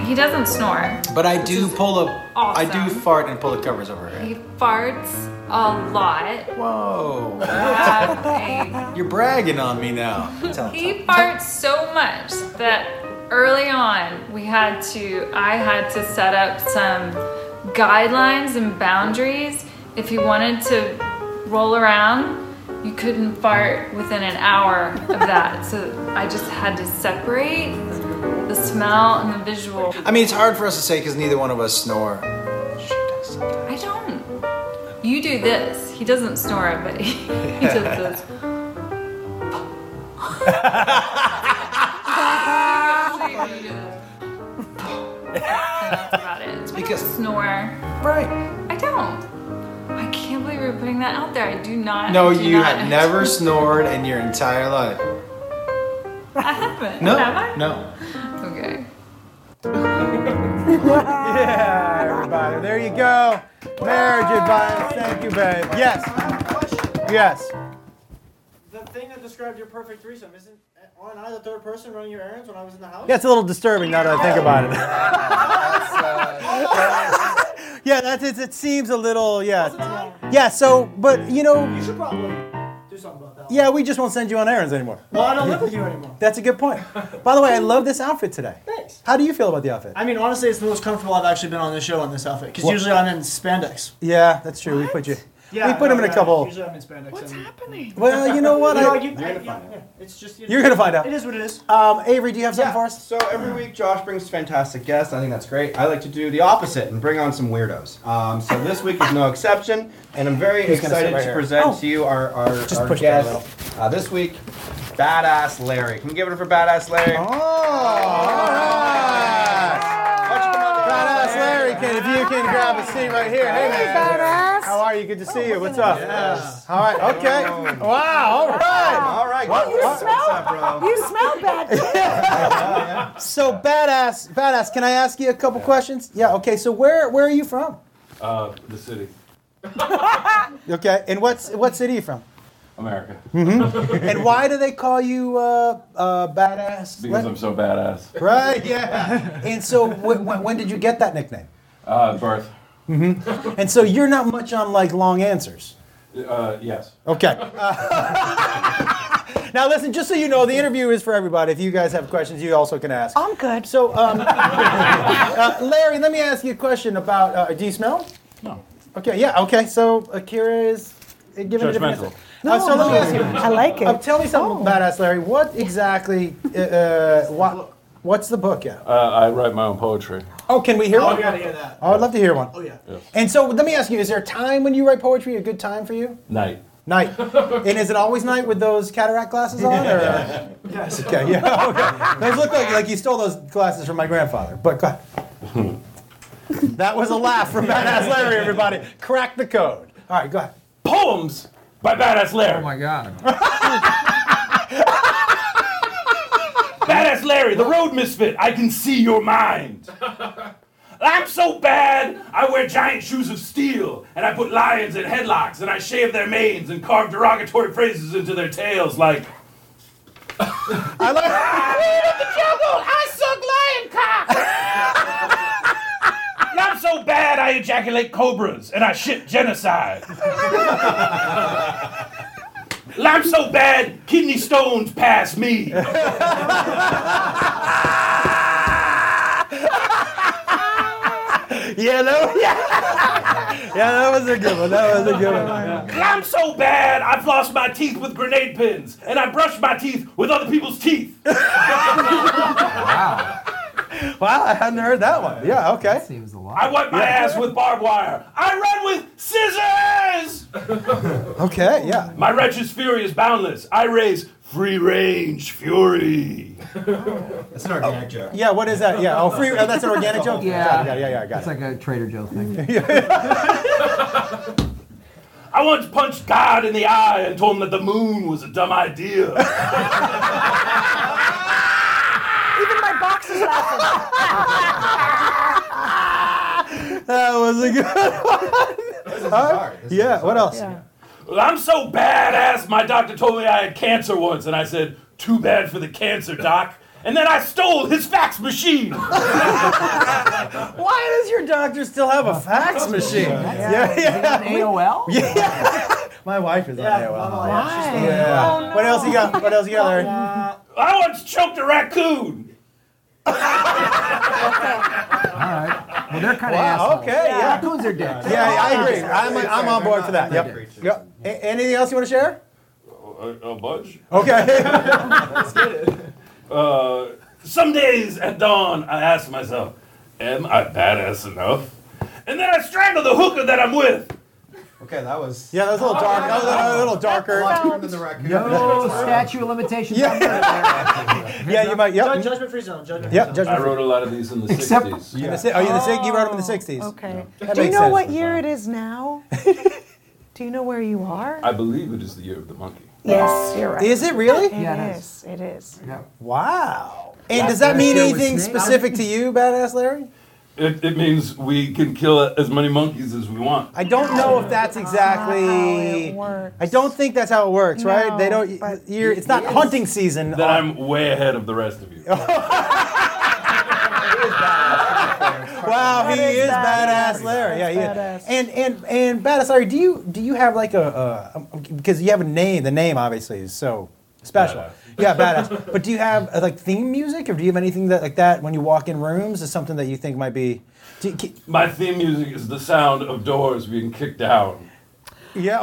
He doesn't snore.
But I do pull a. I do
awesome.
fart and pull the covers over her head.
He farts a lot.
Whoa!
Uh,
You're bragging on me now. Tell-
he farts so much that early on we had to I had to set up some guidelines and boundaries. If he wanted to roll around, you couldn't fart within an hour of that. so I just had to separate the smell and the visual.
I mean, it's hard for us to say because neither one of us snore. She does sometimes.
I don't. You do this. He doesn't snore, but he, he does this. You do this. That's about it. It's
because-
because snore.
Right.
I don't. I can't believe you're putting that out there. I do not.
No,
I do
you
not.
have never snored in your entire life.
I haven't.
No.
Have I?
No.
Okay.
Yeah, everybody. There you go. Marriage advice. Thank you, babe. Yes.
I have a question.
Yes.
The thing that described your perfect threesome isn't aren't I the third person running your errands when I was in the house?
Yeah, it's a little disturbing now that I think about it. uh, yeah, that's it. It seems a little.
Wasn't
Yeah.
I?
Yeah. So, but you know,
You should probably do something about that.
yeah, we just won't send you on errands anymore.
Well, I don't live with you anymore.
That's a good point. By the way, I love this outfit today.
Thanks.
How do you feel about the outfit?
I mean, honestly, it's the most comfortable I've actually been on this show in this outfit. Because
What?
usually I'm in spandex.
Yeah, that's true. We put you. we put
no,
him in a
yeah,
couple.
Usually I'm in spandex. What's
happening?
Well, you know what?
You know,
I,
you, I- you know, yeah, it's just,
you're gonna find out.
It is what it is.
Um, Avery, do you have something for us?
So every week, Josh brings fantastic guests. I think that's great. I like to do the opposite and bring on some weirdos. Um, so this week is no exception, and I'm very
He's gonna sit
excited
right
to
here.
present
Oh.
to you our our,
Just
our
push that a
guest uh, this week, badass Larry. Can we give it up for badass Larry?
Oh, all right.
Why don't you come on down?
Badass Larry, can if you can grab a seat right here. Hey,
Hey,
man. How
badass.
are you? Good to see you. What's up? All right. Okay. Wow. All right.
All right,
Oh,
guys.
you
What's up,
smell.
bro?
You smell bad.
So badass, badass. Can I ask you a couple questions? Yeah. Okay. So where where are you from?
Uh, the city,
Okay. And what's what city are you from?
America,
Mm-hmm. And why do they call you uh, uh, badass?
because
Let-
I'm so badass.
right. Yeah. And so wh- wh- when did you get that nickname?
Uh, birth,
Mm-hmm. And so you're not much on like long answers.
uh, yes.
Okay. Uh, now listen, just so you know, the interview is for everybody. If you guys have questions, you also can ask.
I'm good.
So, um, uh, Larry, let me ask you a question about. Uh, do you smell?
No.
Okay. Yeah. Okay. So Akira is uh, giving a different
Judgmental.
answer. Uh, so let me ask you.
I like
Uh,
it. Oh.
tell me something, badass Larry. What exactly? Uh, uh, what? What's the book? Yeah.
Uh, I write my own poetry.
Oh, can we hear
Oh,
one?
we gotta hear that.
Oh, I'd love to hear one.
Oh, yeah.
And so, let me ask you: Is there a time when you write poetry? A good time for you?
Night.
Night. and is it always night with those cataract glasses on? Or?
Yes.
Okay, yeah, okay. Those look like, like you stole those glasses from my grandfather, but go ahead. that was a laugh from Badass Larry, everybody. Crack the code. All right, go ahead.
Poems by Badass Larry.
Oh my god.
Badass Larry, the road misfit. I can see your mind. I'm so bad, I wear giant shoes of steel, and I put lions in headlocks, and I shave their manes and carve derogatory phrases into their tails like.
I
love the jungle! I suck lion And I'm so bad, I ejaculate cobras, and I shit genocide. And I'm so bad, kidney stones pass me.
Yeah, that, yeah. yeah, that was a good one. That was a good one.
And I'm so bad, I floss my teeth with grenade pins, and I brush my teeth with other people's teeth.
Wow, I hadn't heard that one. Yeah, okay. That seems a lot.
I wipe my
Yeah.
ass with barbed wire. I run with scissors.
Okay, yeah.
my wretched fury is boundless. I raise free range fury.
That's an organic joke.
Yeah, what is that? Yeah, oh, free. Oh, that's an organic joke.
Yeah.
Got it, yeah, yeah, yeah. I got
It's like a Trader Joe thing.
I once punched God in the eye and told him that the moon was a dumb idea.
Even my box is laughing.
it. That was a good one. All right. Yeah. What else?
well, I'm so badass. My doctor told me I had cancer once, and I said, "Too bad for the cancer, doc." And then I stole his fax machine.
Why does your doctor still have a fax machine? Yeah, yeah.
AOL.
Yeah. My wife is on AOL. Why? Oh, Yeah. What else you got? What else you got, Larry?
I once choked a raccoon.
Well, they're kind of
Wow,
assholes.
okay, yeah.
Raccoons are dicks.
Yeah, I agree. I'm, I'm on board for that. Yep. yep. A- anything else you want to share?
A, a bunch.
Okay.
Uh, some days at dawn, I ask myself, "Am I badass enough?" And then I strangle the hooker that I'm with.
Okay, that was.
Yeah, that was a little dark. That was a little darker.
Much more than the raccoon.
No statute of limitations. on murder.
Yeah, you might.
Judge-
Yep.
Judgment free zone. Judgment
Yep.
free zone.
Judgment.
a lot of these in the
Except-
60s.
In the si- oh, you the sig- you wrote them in the '60s.
Okay.
That
Do you
makes
know
sense.
what year it is now? Do you know where you are?
I believe it is the year of the monkey.
Yes, you're right.
Is it really?
It
Yeah, it
is. It is.
Wow. And
That's
does that
last
mean
year with
anything
snakes.
specific to you, badass Larry?
It, it means we can kill as many monkeys as we want.
I don't know if that's exactly.
It works.
I don't think that's how it works, right? They
No,
don't.
but-
You're, it's not hunting season.
Then I'm way ahead of the rest of you.
Wow, he
That
is,
is
badass,
badass.
Larry. Yeah,
That's
he
badass.
is. And and and badass Larry, do you do you have like a um, because you have a name? The name obviously is so special.
Badass.
Yeah, badass. but do you have uh, like theme music, or do you have anything that like that when you walk in rooms? Is something that you think might be? Do you, ki-
My theme music is the sound of doors being kicked down.
yeah.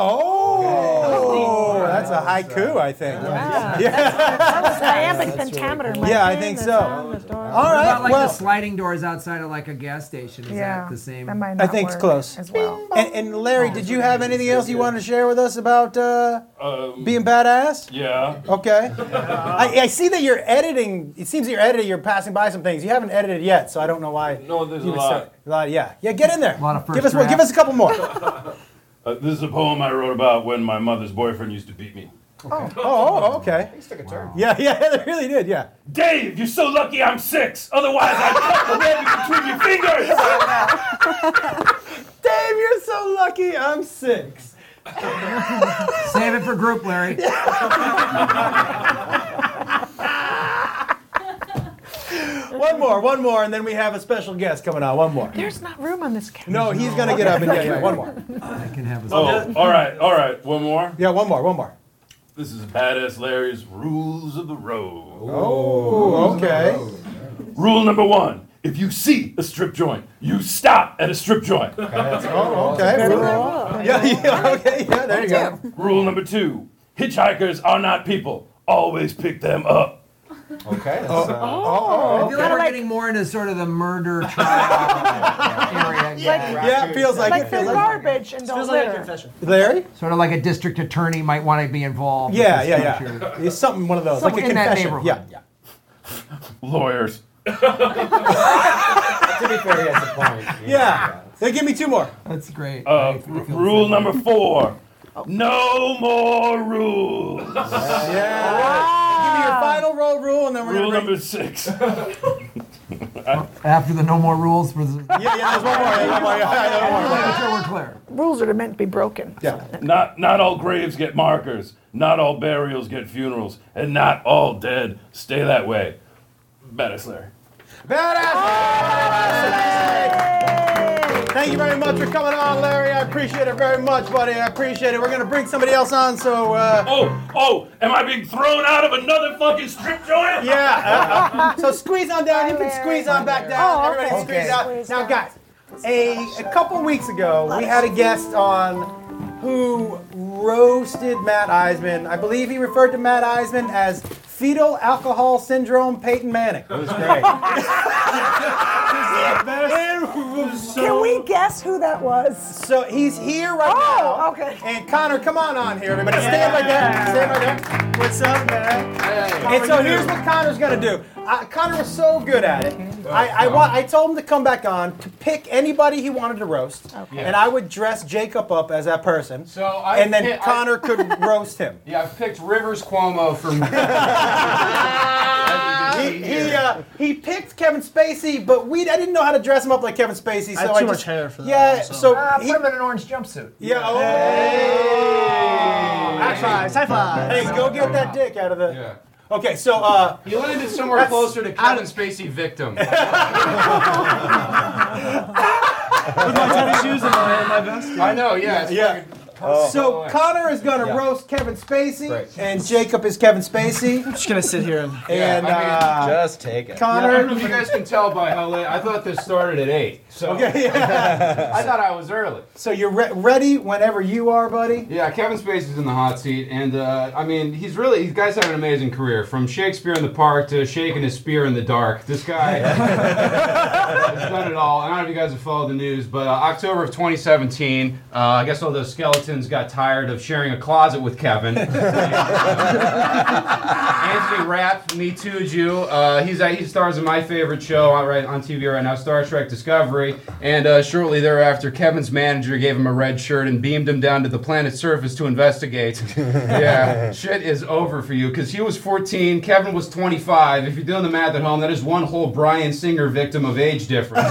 Oh, that's a haiku, I think.
Wow. That was iambic pentameter. my
Yeah, I
friend,
think
the
so.
sound was dark.
All
What
right.
about like
well,
the sliding doors outside of like a gas station? Is
Yeah.
that the same?
That might
I
not
think it's
work
close.
As well.
and, and Larry, did you have anything else you wanted to share with us about uh,
Um,
being badass?
yeah.
Okay. I, I see that you're editing. It seems that you're editing. You're passing by some things. You haven't edited yet, so I don't know why.
No, there's a
you would
lot.
start- a lot. Yeah. Yeah. Get in there.
A lot of first
give us one. Give
drafts.
us a couple more.
Uh, this is a poem I wrote about when my mother's boyfriend used to beat me.
Oh. oh, Okay.
He's took a turn.
Yeah. Yeah. They really did. Yeah.
Dave, you're so lucky I'm six. Otherwise, I'd cut the web between your fingers.
Dave, you're so lucky. I'm six.
Save it for group, Larry.
One more. One more, and then we have a special guest coming on. One more.
There's not room on this couch.
No, he's gonna get up and yeah, yeah. One more.
I can have his.
Oh, all right, all right. One more.
Yeah. One more. One more.
This is Badass Larry's Rules of the Road.
Oh. Okay.
Rule number one if you see a strip joint, you stop at a strip joint.
Oh. Okay. Yeah. Yeah. Okay. Yeah. There you go.
Rule number two hitchhikers are not people, always pick them up.
Okay. That's,
Oh,
uh,
I feel like we're getting more into sort of the murder trial area.
Yeah. It feels like
Like
it.
they're
Feels like
garbage and don't
Feels like a
litter.
confession.
Larry.
Sort of like a district attorney might want to be involved. with
Yeah,
this
yeah,
structure.
yeah. It's something one of those, like
Something
a
in that
confession.
neighborhood.
yeah,
Lawyers.
to be fair, he has a point.
yeah. They give me two more.
That's great.
Uh, r- rule number four no more rules.
Yeah. Give me your final road rule, and then we're
Rule
gonna.
number six I,
After the no more rules for the.
Yeah, yeah, there's one more. Yeah, one more. Yeah, I know one more.
Rules are meant to be broken.
Yeah.
Not not all graves get markers. Not all burials get funerals, and not all dead stay that way. Better Slayer.
Thank you very much for coming on, Larry. I appreciate it very much, buddy. I appreciate it. We're gonna bring somebody else on, so. Uh,
oh, oh! Am I being thrown out of another fucking strip joint?
Yeah. uh, uh, so squeeze on down. You can squeeze on back down.
Oh,
Everybody
okay. Okay.
squeeze out.
Squeeze
Now, guys, a, a couple weeks ago, we had a guest on who roasted Matt Eisman. I believe he referred to Matt Eisman as fetal alcohol syndrome Peyton Manning. It was great.
Can we guess who that was?
So he's here right
oh, now. okay.
And Connor, come on on here, everybody. Stand right there. Stand right there.
What's up, man?
And so here's what Connor's gonna do. Uh, Connor was so good at it. I, I, wa- I told him to come back on to pick anybody he wanted to roast,
Okay.
and I would dress Jacob up as that person. So
I
and then
pick- I-
Connor could roast him.
Yeah, I've picked Rivers Cuomo for me.
He he, uh, he picked Kevin Spacey, but we I didn't know how to dress him up like Kevin Spacey. So
I had too
just-
much hair for that,
Yeah,
so-
so
Ah,
he,
put him in an orange jumpsuit.
Yeah. Oh. High fives. High fives. Hey, go get that dick out of the. Okay, so uh,
He landed somewhere
That's-
closer to Kevin Spacey victim.
With my tennis shoes and my, my vest.
I know, yeah, it's
yeah. Oh. So Connor is gonna
Yeah.
roast Kevin Spacey, and Jacob is Kevin Spacey. I'm just gonna sit here and. And uh,
just take it.
Connor-
I don't know if you guys can tell by how late. I thought this started at eight. So
Okay, yeah.
I thought I was early.
so you're re- ready whenever you are, buddy.
Yeah, Kevin Spacey's in the hot seat, and uh, I mean, he's really these guys have an amazing career from Shakespeare in the Park to shaking his spear in the dark. This guy has done it all. I don't know if you guys have followed the news, but uh, October of 2017, uh, I guess all those skeletons got tired of sharing a closet with Kevin. Anthony Rapp, Me Too Jew. Uh, he's uh, he stars in my favorite show on, right, on TV right now, Star Trek Discovery. And uh, shortly thereafter, Kevin's manager gave him a red shirt and beamed him down to the planet's surface to investigate. yeah, shit is over for you because he was 14, Kevin was 25. If you're doing the math at home, that is one whole Brian Singer victim of age difference.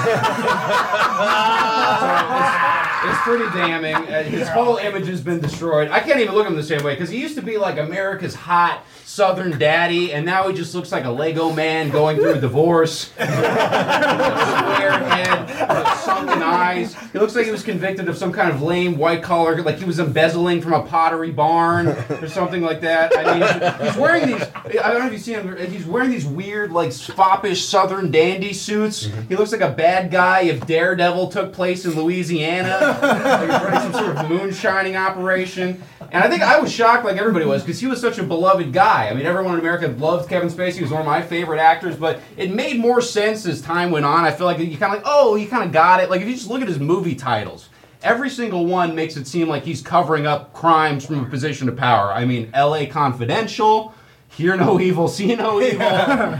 It's pretty damning. Uh, His whole image has been destroyed. I can't even look at him the same way because he used to be like America's hot Southern daddy, and now he just looks like a Lego man going through a divorce. With a square head, with sunken eyes. He looks like he was convicted of some kind of lame white collar, like he was embezzling from a pottery barn or something like that. I mean, he's wearing these. I don't know if you've seen him. He's wearing these weird, like foppish Southern dandy suits. He looks like a bad guy if Daredevil took place in Louisiana. Like, he's running some sort of moonshining operation. And I think I was shocked, like everybody was, because he was such a beloved guy. I mean, everyone in America loved Kevin Spacey. He was one of my favorite actors, but it made more sense as time went on. I feel like you kind of like, oh, he kind of got it. Like, if you just look at his movie titles, every single one makes it seem like he's covering up crimes from a position of power. I mean, L.A. Confidential, Hear No Evil, See No Evil,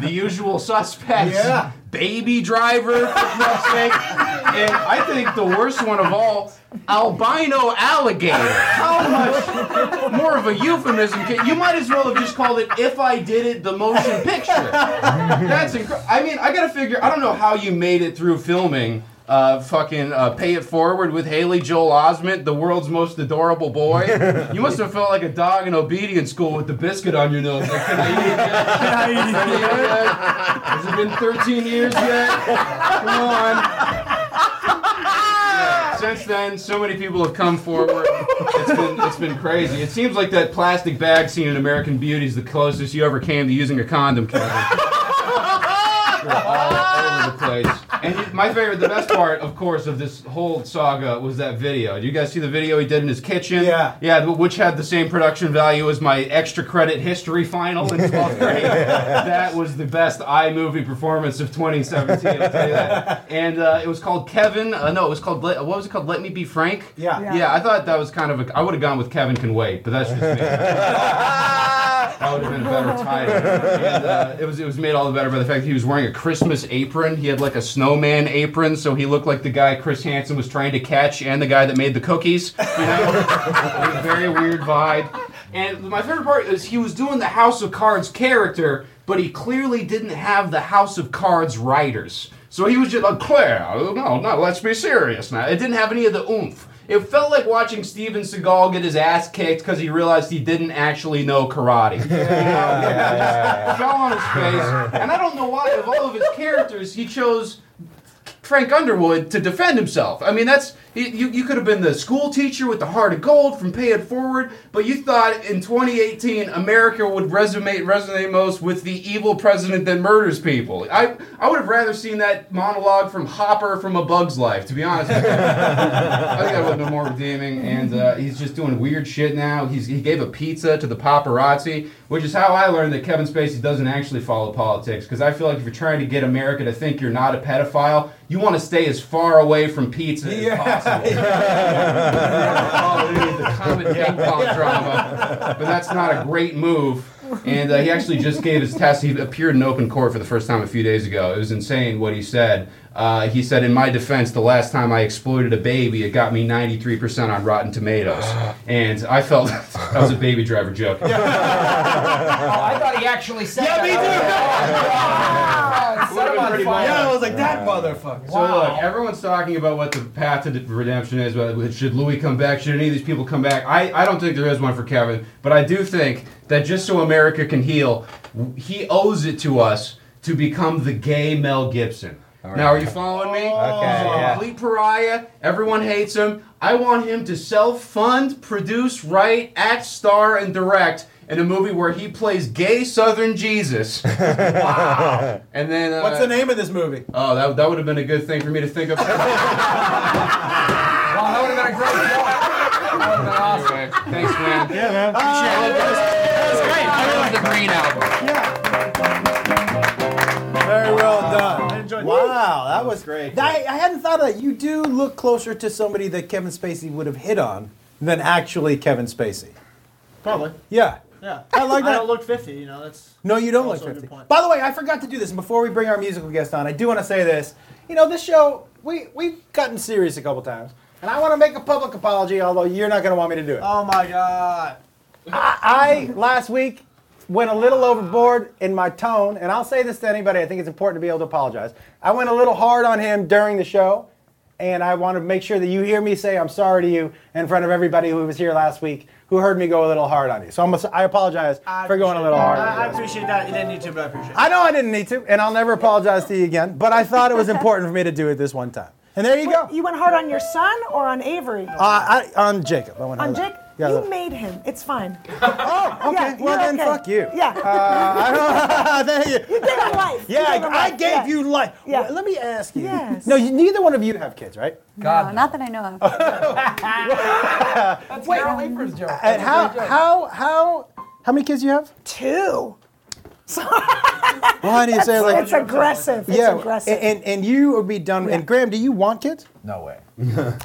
The Usual Suspects,
Yeah.
Baby Driver, for fuck's sake. And I think the worst one of all, albino alligator. How much more of a euphemism can you might as well have just called it if I did it the motion picture. That's incredible. I mean, I gotta figure. I don't know how you made it through filming. Uh, fucking uh, pay it forward with Haley Joel Osment, the world's most adorable boy. You must have felt like a dog in obedience school with the biscuit on your nose. Like, can I eat it yet? Can I eat it yet? Has it been 13 years yet? Come on. Yeah, Since then, so many people have come forward. It's been it's been crazy. It seems like that plastic bag scene in American Beauty is the closest you ever came to using a condom, Kevin all over the place. And you- my favorite, the best part, of course, of this whole saga was that video. Did you guys see the video he did in his kitchen? Yeah. Yeah, th- which had the same production value as my extra credit history final in 12th grade. that was the best iMovie performance of 2017. I'll tell you that. And uh, it was called Kevin. Uh, no, it was called, Let, what was it called? Let Me Be Frank?
Yeah.
Yeah, I thought that was kind of a, I would have gone with Kevin Can Wait, but that's just me. That would have been a better title. And, uh, it was it was made all the better by the fact that he was wearing a Christmas apron. He had like a snowman apron, so he looked like the guy Chris Hansen was trying to catch and the guy that made the cookies. You know, It was a very weird vibe. And my favorite part is he was doing the House of Cards character, but he clearly didn't have the House of Cards writers. So he was just like, Claire, no, no, let's be serious now. It didn't have any of the oomph. It felt like watching Steven Seagal get his ass kicked because he realized he didn't actually know karate. He fell on his face, and I don't know why, of all of his characters, he chose Frank Underwood to defend himself. I mean, that's you, you you could have been the school teacher with the heart of gold from Pay It Forward, but you thought in 2018 America would resonate resonate most with the evil president that murders people. I I would have rather seen that monologue from Hopper from A Bug's Life, to be honest. With you. I think that would have been more redeeming. And uh, he's just doing weird shit now. He's he gave a pizza to the paparazzi, which is how I learned that Kevin Spacey doesn't actually follow politics. Because I feel like if you're trying to get America to think you're not a pedophile, you want to stay as far away from pizza as possible. Pop drama, but that's not a great move. And uh, he actually just gave his test. He appeared in open court for the first time a few days ago. It was insane what he said. Uh, he said, "In my defense, the last time I exploited a baby, it got me 93% on Rotten Tomatoes, and I felt that was a baby driver joke."
Oh,
I thought he actually said
Yeah,
that.
me too.
Oh,
Set him on fire.
motherfucker. So look, everyone's talking about what the path to redemption is. But should Louis come back? Should any of these people come back? I, I don't think there is one for Kevin, but I do think that just so America can heal, w- he owes it to us to become the gay Mel Gibson. Now, are you following
Oh.
me?
Okay,
He's a
yeah.
complete Oh, pariah. Everyone hates him. I want him to self-fund, produce, write, act, star, and direct in a movie where he plays gay Southern Jesus. wow. And then uh,
What's the name of this movie?
Oh, that, that would have been a good thing for me to think of. that would have been a great Anyway, thanks, man. Yeah, man.
Uh,
I love the Green Album.
Very well done. I
enjoyed
wow, that was great. I, I hadn't thought of that. You do look closer to somebody that Kevin Spacey would have hit on than actually Kevin Spacey.
Probably.
Yeah.
Yeah.
I like
I
that.
don't look 50, you know, that's.
No, you don't like
Also a good
50.
point.
By the way, I forgot to do this. Before we bring our musical guest on, I do want to say this. You know, this show, we, we've gotten serious a couple times.
And I want to make a public apology, although you're not going to want me to do it.
Oh my god.
I, I last week went a little overboard in my tone, and I'll say this to anybody. I think it's important to be able to apologize. I went a little hard on him during the show, and I want to make sure that you hear me say I'm sorry to you in front of everybody who was here last week who heard me go a little hard on you. So I'm a, I apologize for going a little hard. on you.
I, I appreciate that. You didn't need to, but I appreciate it.
I know I didn't need to, and I'll never apologize to you again. But I thought it was important for me to do it this one time. And there you go.
You went hard on your son or on Avery?
Uh, I, on Jacob, I went
on
hard
Jake?
Yeah,
you
look.
made him. It's fine.
Oh, okay.
Yeah,
well,
you're
then
okay.
fuck you.
Yeah.
Uh, I don't, there you,
You gave him life. You
Yeah,
gave him
I
life.
gave
Yeah.
you life.
Yeah.
Well, let me ask you.
Yes.
No, you, neither one of you have kids, right?
No, Oh, not that I know of. That's Carol Aper's joke.
And how how how how many kids you have?
Two.
Why do you say it like?
It's aggressive. It's
yeah,
aggressive.
And, and and you would be done. And Graham, do you want kids?
No way.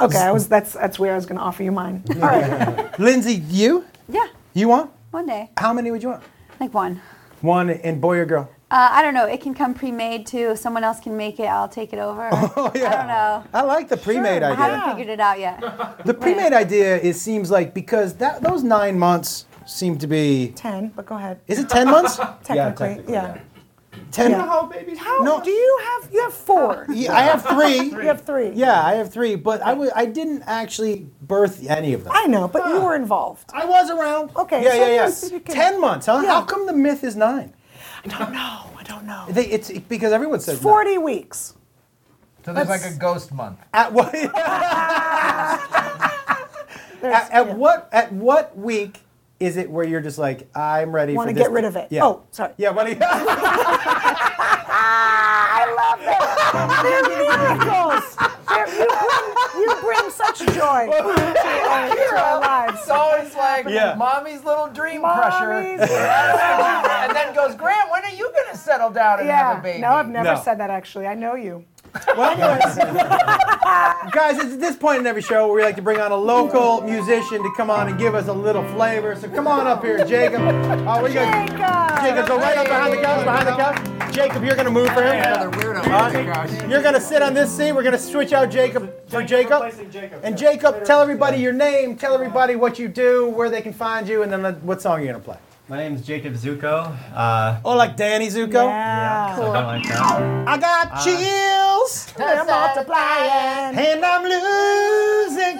okay, I was. That's that's where I was going to offer you mine. All right.
Lindsay, you?
Yeah.
You want?
One day,
How many would you want?
like one.
One and boy or girl?
Uh, I don't know. It can come pre-made too. If someone else can make it, I'll take it over. Oh yeah. I don't know.
I like the pre-made
I
idea.
haven't figured it out yet.
The pre-made idea is seems like because that those nine months seem to be.
Ten, but go ahead.
Is it ten months?
Technically, yeah.
Ten.
how babies How no. do you have? You have four.
Yeah, I have three.
You have three.
Yeah, I have three, but I w- I didn't actually birth any of them.
I know, but you were involved.
I was around.
Okay.
yeah,
so
yeah,
just-
yeah.
you can-
Ten months, huh?
Yeah.
How come the myth is nine? I don't know. I don't know. They, it's it- because everyone says four.
Forty weeks.
So there's like a ghost month.
At what? at, at what? At what week is it where you're just like, I'm ready?
Want
for
to
this
get rid of it?
Yeah.
Oh, sorry.
Yeah, buddy.
Ah, I love it. They're miracles. They're, you, bring, you bring such joy to our, to our lives.
It's always like
Yeah.
mommy's little dream
Mommy's
crusher. and then goes, Graham, when are you going to settle down and have
Yeah.
a baby?
No, I've never
No.
said that actually. I know you.
Guys, it's at this point in every show where we like to bring on a local musician to come on and give us a little flavor. So come on up here, Jacob. Oh, we got Jacob, go right up behind the couch, behind the couch. Jacob, you're gonna move for him. Uh, you're gonna sit on this seat. We're gonna switch out Jacob for Jacob. And Jacob, tell everybody your name, tell everybody what you do, where they can find you, and then the- what song you're gonna play.
My name is Jacob Zuko. Uh,
oh, like Danny Zuko?
Yeah. Something like that.
Uh,
I got chills.
girls. We're multiplying.
And I'm losing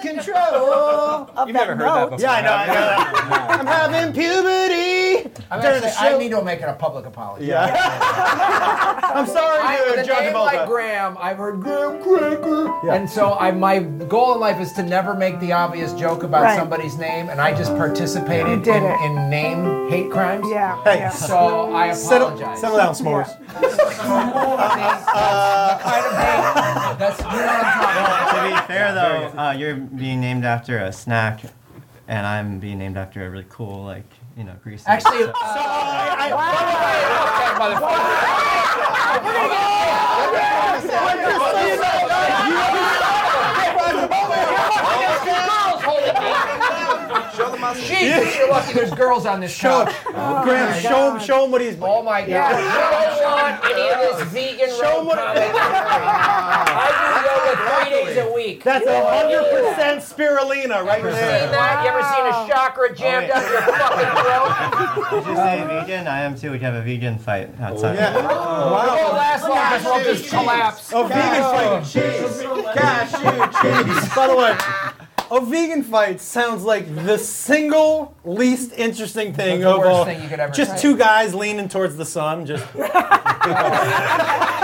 control.
of
You've
that
never heard
note.
that before. Yeah, I know, I know that. I'm having puberty
I'm
during the
actually- I
show.
need to make it a public apology.
I'm sorry
I,
to
with a
judge
name
both
like
of us.
Graham, I've heard Graham Cracker,
Yeah.
and so I, my goal in life is to never make the obvious joke about
Right.
somebody's name, and I just participated
You did
in,
it.
in name hate crimes.
Yeah.
Hey.
yeah.
So I
Settle-
apologize.
settle down, S'mores. Uh,
That's you know what I'm talking about.
to be fair though, uh, you're being named after a snack, and I'm being named after a really cool like you know greasy.
Actually, uh,
Oh.
Jesus, you're lucky there's girls on this show.
Graham, show him, show him what he's.
Oh my God! You don't want any of this vegan show I do yoga three days a week.
That's
You don't want any of
hundred
that.
percent spirulina right
You seen
there.
that? You ever seen a chakra
Oh,
jammed up your fucking throat?
Did you say vegan? I am too. We could have a vegan fight outside.
It won't Oh. last long because we'll just collapse.
A vegan fight. Cheese. Cashew cheese. By the way, a vegan fight sounds like the single least interesting thing
The
of
worst
all.
thing you could ever
just
say.
two guys leaning towards the sun. Just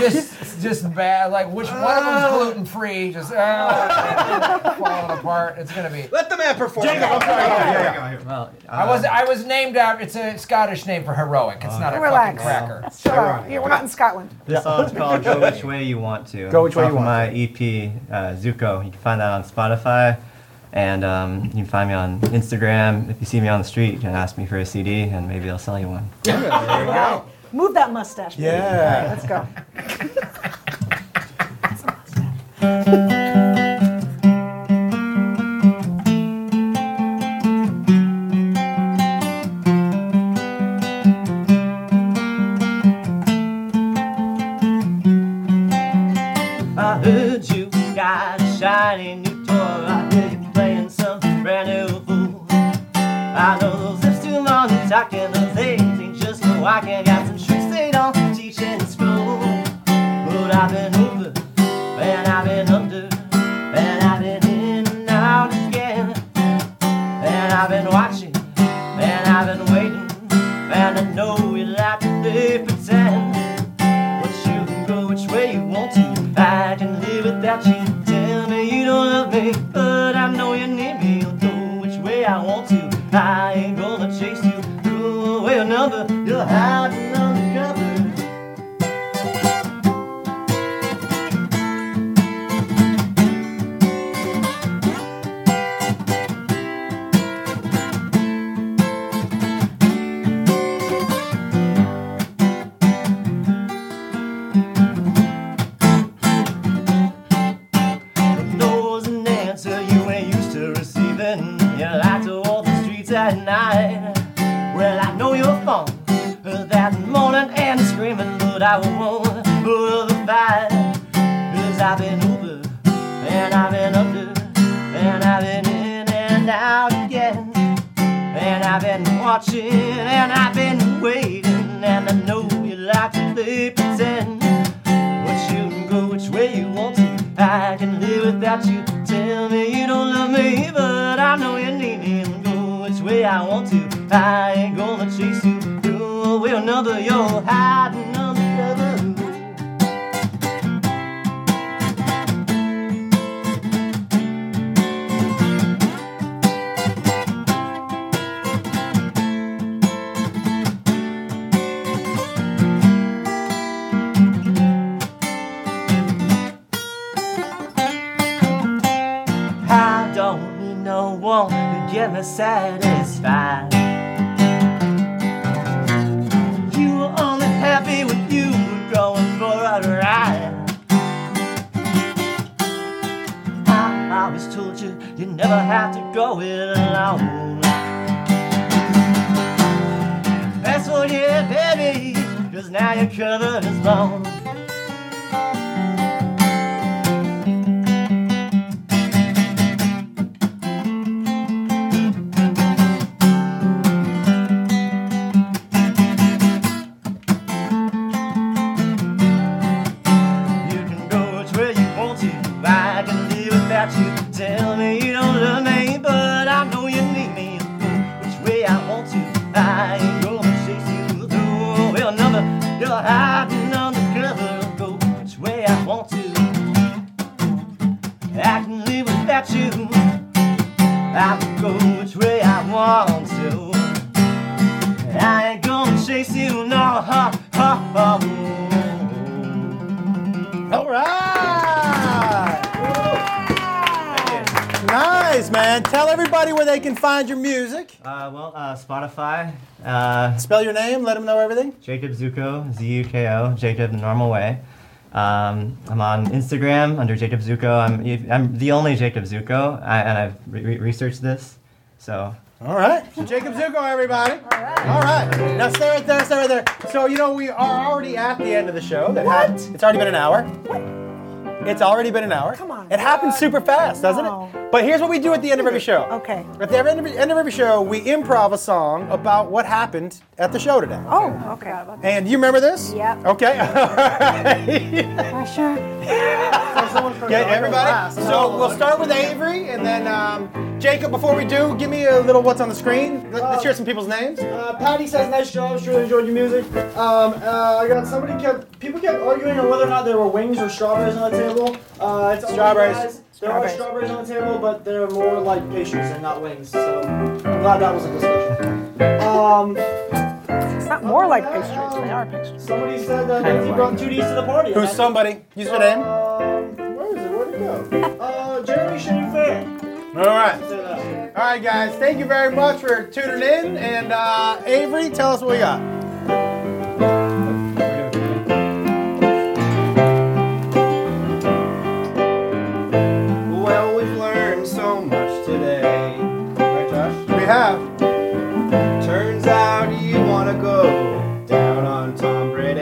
Just, just bad. Like which one of them's
Oh.
gluten free? Just uh, falling apart. It's gonna be.
let the man perform. Jacob, I'm sorry.
Well,
I
uh,
was, I was named after. It's a Scottish name for heroic. It's not a fucking
Relax.
cracker.
Chill out. Yeah, we're not in Scotland.
This song's called "Go Which Way You Want To."
Go Which Way
Off
You Want
My EP uh, Zuko. You can find that on Spotify, and um, you can find me on Instagram. If you see me on the street, you can ask me for a CD, and maybe I'll sell you one.
Wow. Move that mustache. baby.
Yeah.
Let's go.
I heard you got a shiny new toy. I hear you playing some brand new fool. I know those lips too long and talking, those legs ain't just for walking. Got some tricks they don't teach in school. But I've been over and I've been under and I've been in and out again. And I've been watching and I've been waiting and I know we like to play pretend. But you can go which way you want to. I can live without you. Tell me you don't love me, but I know you need me. I'll go which way I want to. I ain't gonna chase you. Go away or number. You're hiding undercover. knows an answer you ain't used to receiving. You like to walk the streets at night. Well, I know you're fond of that moaning and screaming, but I won't put the fight. Cause I've been over and I've been under and I've been in and out again. And I've been watching and I've been waiting, and I know you like to play pretend. But you can go which way you want to. I can live without you. Tell me you don't love me, but I know you need me. And go which way I want to. I ain't gonna chase you. Go away another, you're hiding under cover. I don't need no one to get me satisfied. You were only happy when you were going for a ride. I always told you you never have to go it alone. That's what you did, baby, cause now your cover is blown. or hiding under cover or go which way I want to. I can live without you. I can go which way I want to. I ain't gonna chase you, no, ha, ha, ha.
All Ah! right. Nice, man. Tell everybody where they can find your music.
Uh, well, uh, Spotify.
Uh, Spell your name, let them know everything.
Jacob Zuko, Z U K O, Jacob the normal way. Um, I'm on Instagram under Jacob Zuko. I'm, I'm the only Jacob Zuko, I, and I've re- re- researched this. So
All right. Jacob Zuko, everybody. All right. Now stay right there, stay right there. So, you know, we are already at the end of the show. That
What?
hap- it's already been an hour. It's already been an hour. Come on. It happens super fast, doesn't it? But here's what we do at the end of every show.
Okay.
At the end of, e, end of every show, we improv a song about what happened at the show today.
Oh, okay.
And you remember this?
Yep.
Okay. All right.
Pressure.
Okay, everybody. So we'll start with Avery, and then um, Jacob. Before we do, give me a little what's on the screen. Let- Let's hear some people's names.
Uh, Patty says, "Nice job. Sure enjoyed your music." Um, uh, I got somebody kept people kept arguing on whether or not there were wings or strawberries on the table. Uh, it's all you
Strawberries.
guys. There are strawberries on the table, but they're more like pastries and not wings. So I'm glad that was a discussion. Um,
it's not more like pastries. They are
pastries. Somebody said that Nancy brought two D's to the party.
Who's somebody? Use their name.
Where is it? Where'd it go? Uh, Jeremy Shane Fair.
All right. All right, guys. Thank you very much for tuning in. And uh, Avery, tell us what we got.
Well, we've learned so much today. Right, Josh?
We have.
Turns out you wanna go down on Tom Brady.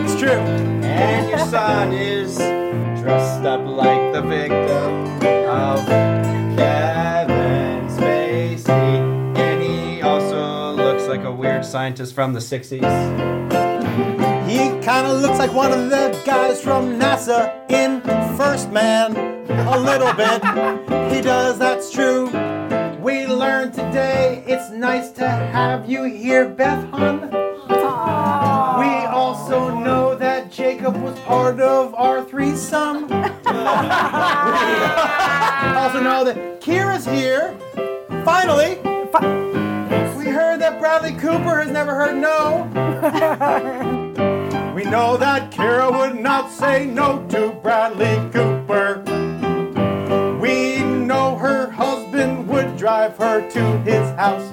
It's true.
And your son is dressed up like the victim of Kevin Spacey. And he also looks like a weird scientist from the 60s.
He kind of looks like one of the guys from NASA in First Man, a little bit. He does, that's true. We learned today it's nice to have you here, Beth Hun. We also know that Jacob was part of our threesome. we also know that Kira's here. Finally, Fi- we heard that Bradley Cooper has never heard no. We know that Kira would not say no to Bradley Cooper. We know her husband would drive her to his house.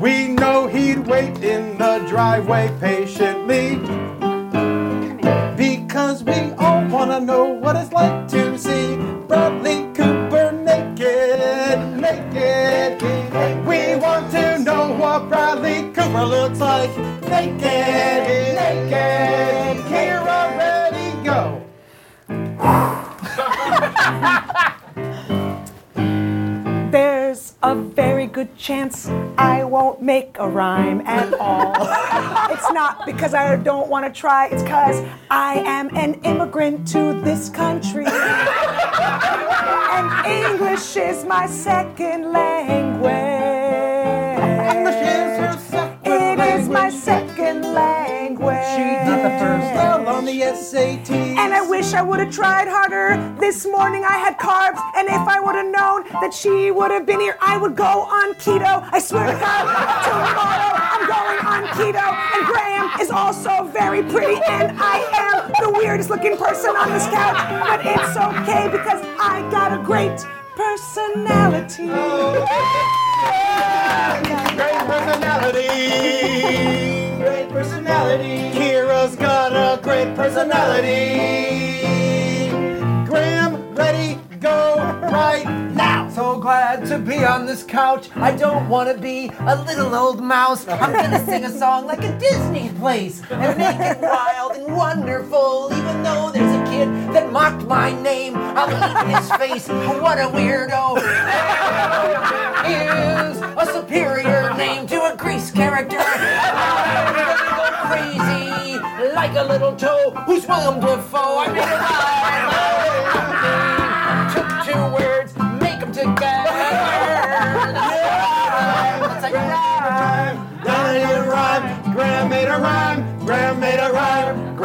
we know he'd wait in the driveway patiently. Because we all want to know what it's like to see Bradley Cooper naked, naked. We want to know what Bradley Cooper looks like naked, naked. Here already go.
There's a very good chance I won't make a rhyme at all. it's not because I don't want to try, it's because I am an immigrant to this country. and English is my second language. English is her second language. It is my second language. She did the first
Well, on the SAT.
and I wish I would have tried harder. This morning I had carbs, and if I would have known that she would have been here, I would go on keto. I swear to God, tomorrow I'm going on keto. And Graham is also very pretty, and I am the weirdest looking person on this couch, but it's okay because I got a great personality.
Great personality. Great personality. Kira's got a great personality. Graham, ready, go right now.
So glad to be on this couch. I don't want to be a little old mouse. I'm gonna sing a song like a Disney place and make it wild and wonderful. Even though there's a kid that mocked my name, I'll eat his face. What a weirdo! Is a superior name to a grease character. I'm gonna go crazy like a little toe who's Willem Dafoe. I made a rhyme. Took two words, make them together. Let's take a rhyme.
Now that you rhyme,
a rhyme. Graham made a rhyme. Graham made a rhyme. And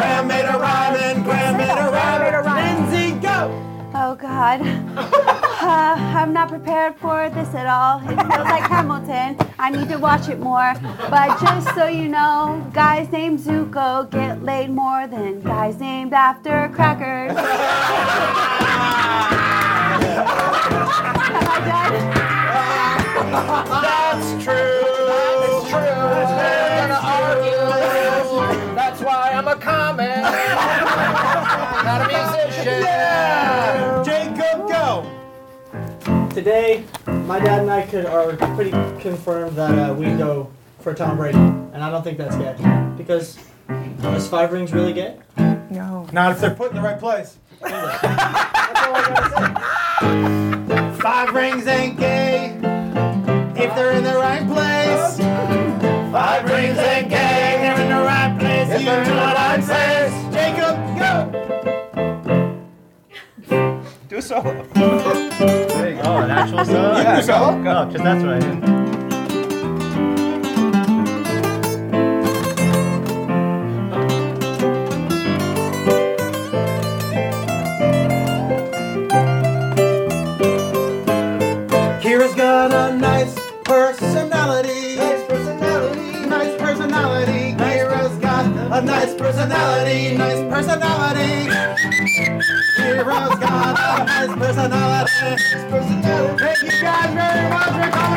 Graham made a rhyme. Lindsay, go.
Oh God, uh, I'm not prepared for this at all. It feels like Hamilton. I need to watch it more. But just so you know, guys named Zuko get laid more than guys named after crackers.
That's true. That's true.
That's true. That's why I'm a comic, not a musician.
Jacob, go. Today, my dad and I could are pretty confirmed that uh, we go for Tom Brady, and I don't think that's gay because is five rings really gay?
No.
Not if they're put in the right place.
Five rings ain't gay if they're in the right place. Five rings ain't gay if they're in the right place. you know what I'm saying? Jacob, go.
Do a solo.
Oh, an actual solo?
Yeah,
solo? No, because that's what I did.
Kira's got a nice personality. Nice personality. Nice personality. Kira's got a nice personality. Nice personality. Kira's got a nice personality. Nice personality. Thank you guys very much for coming.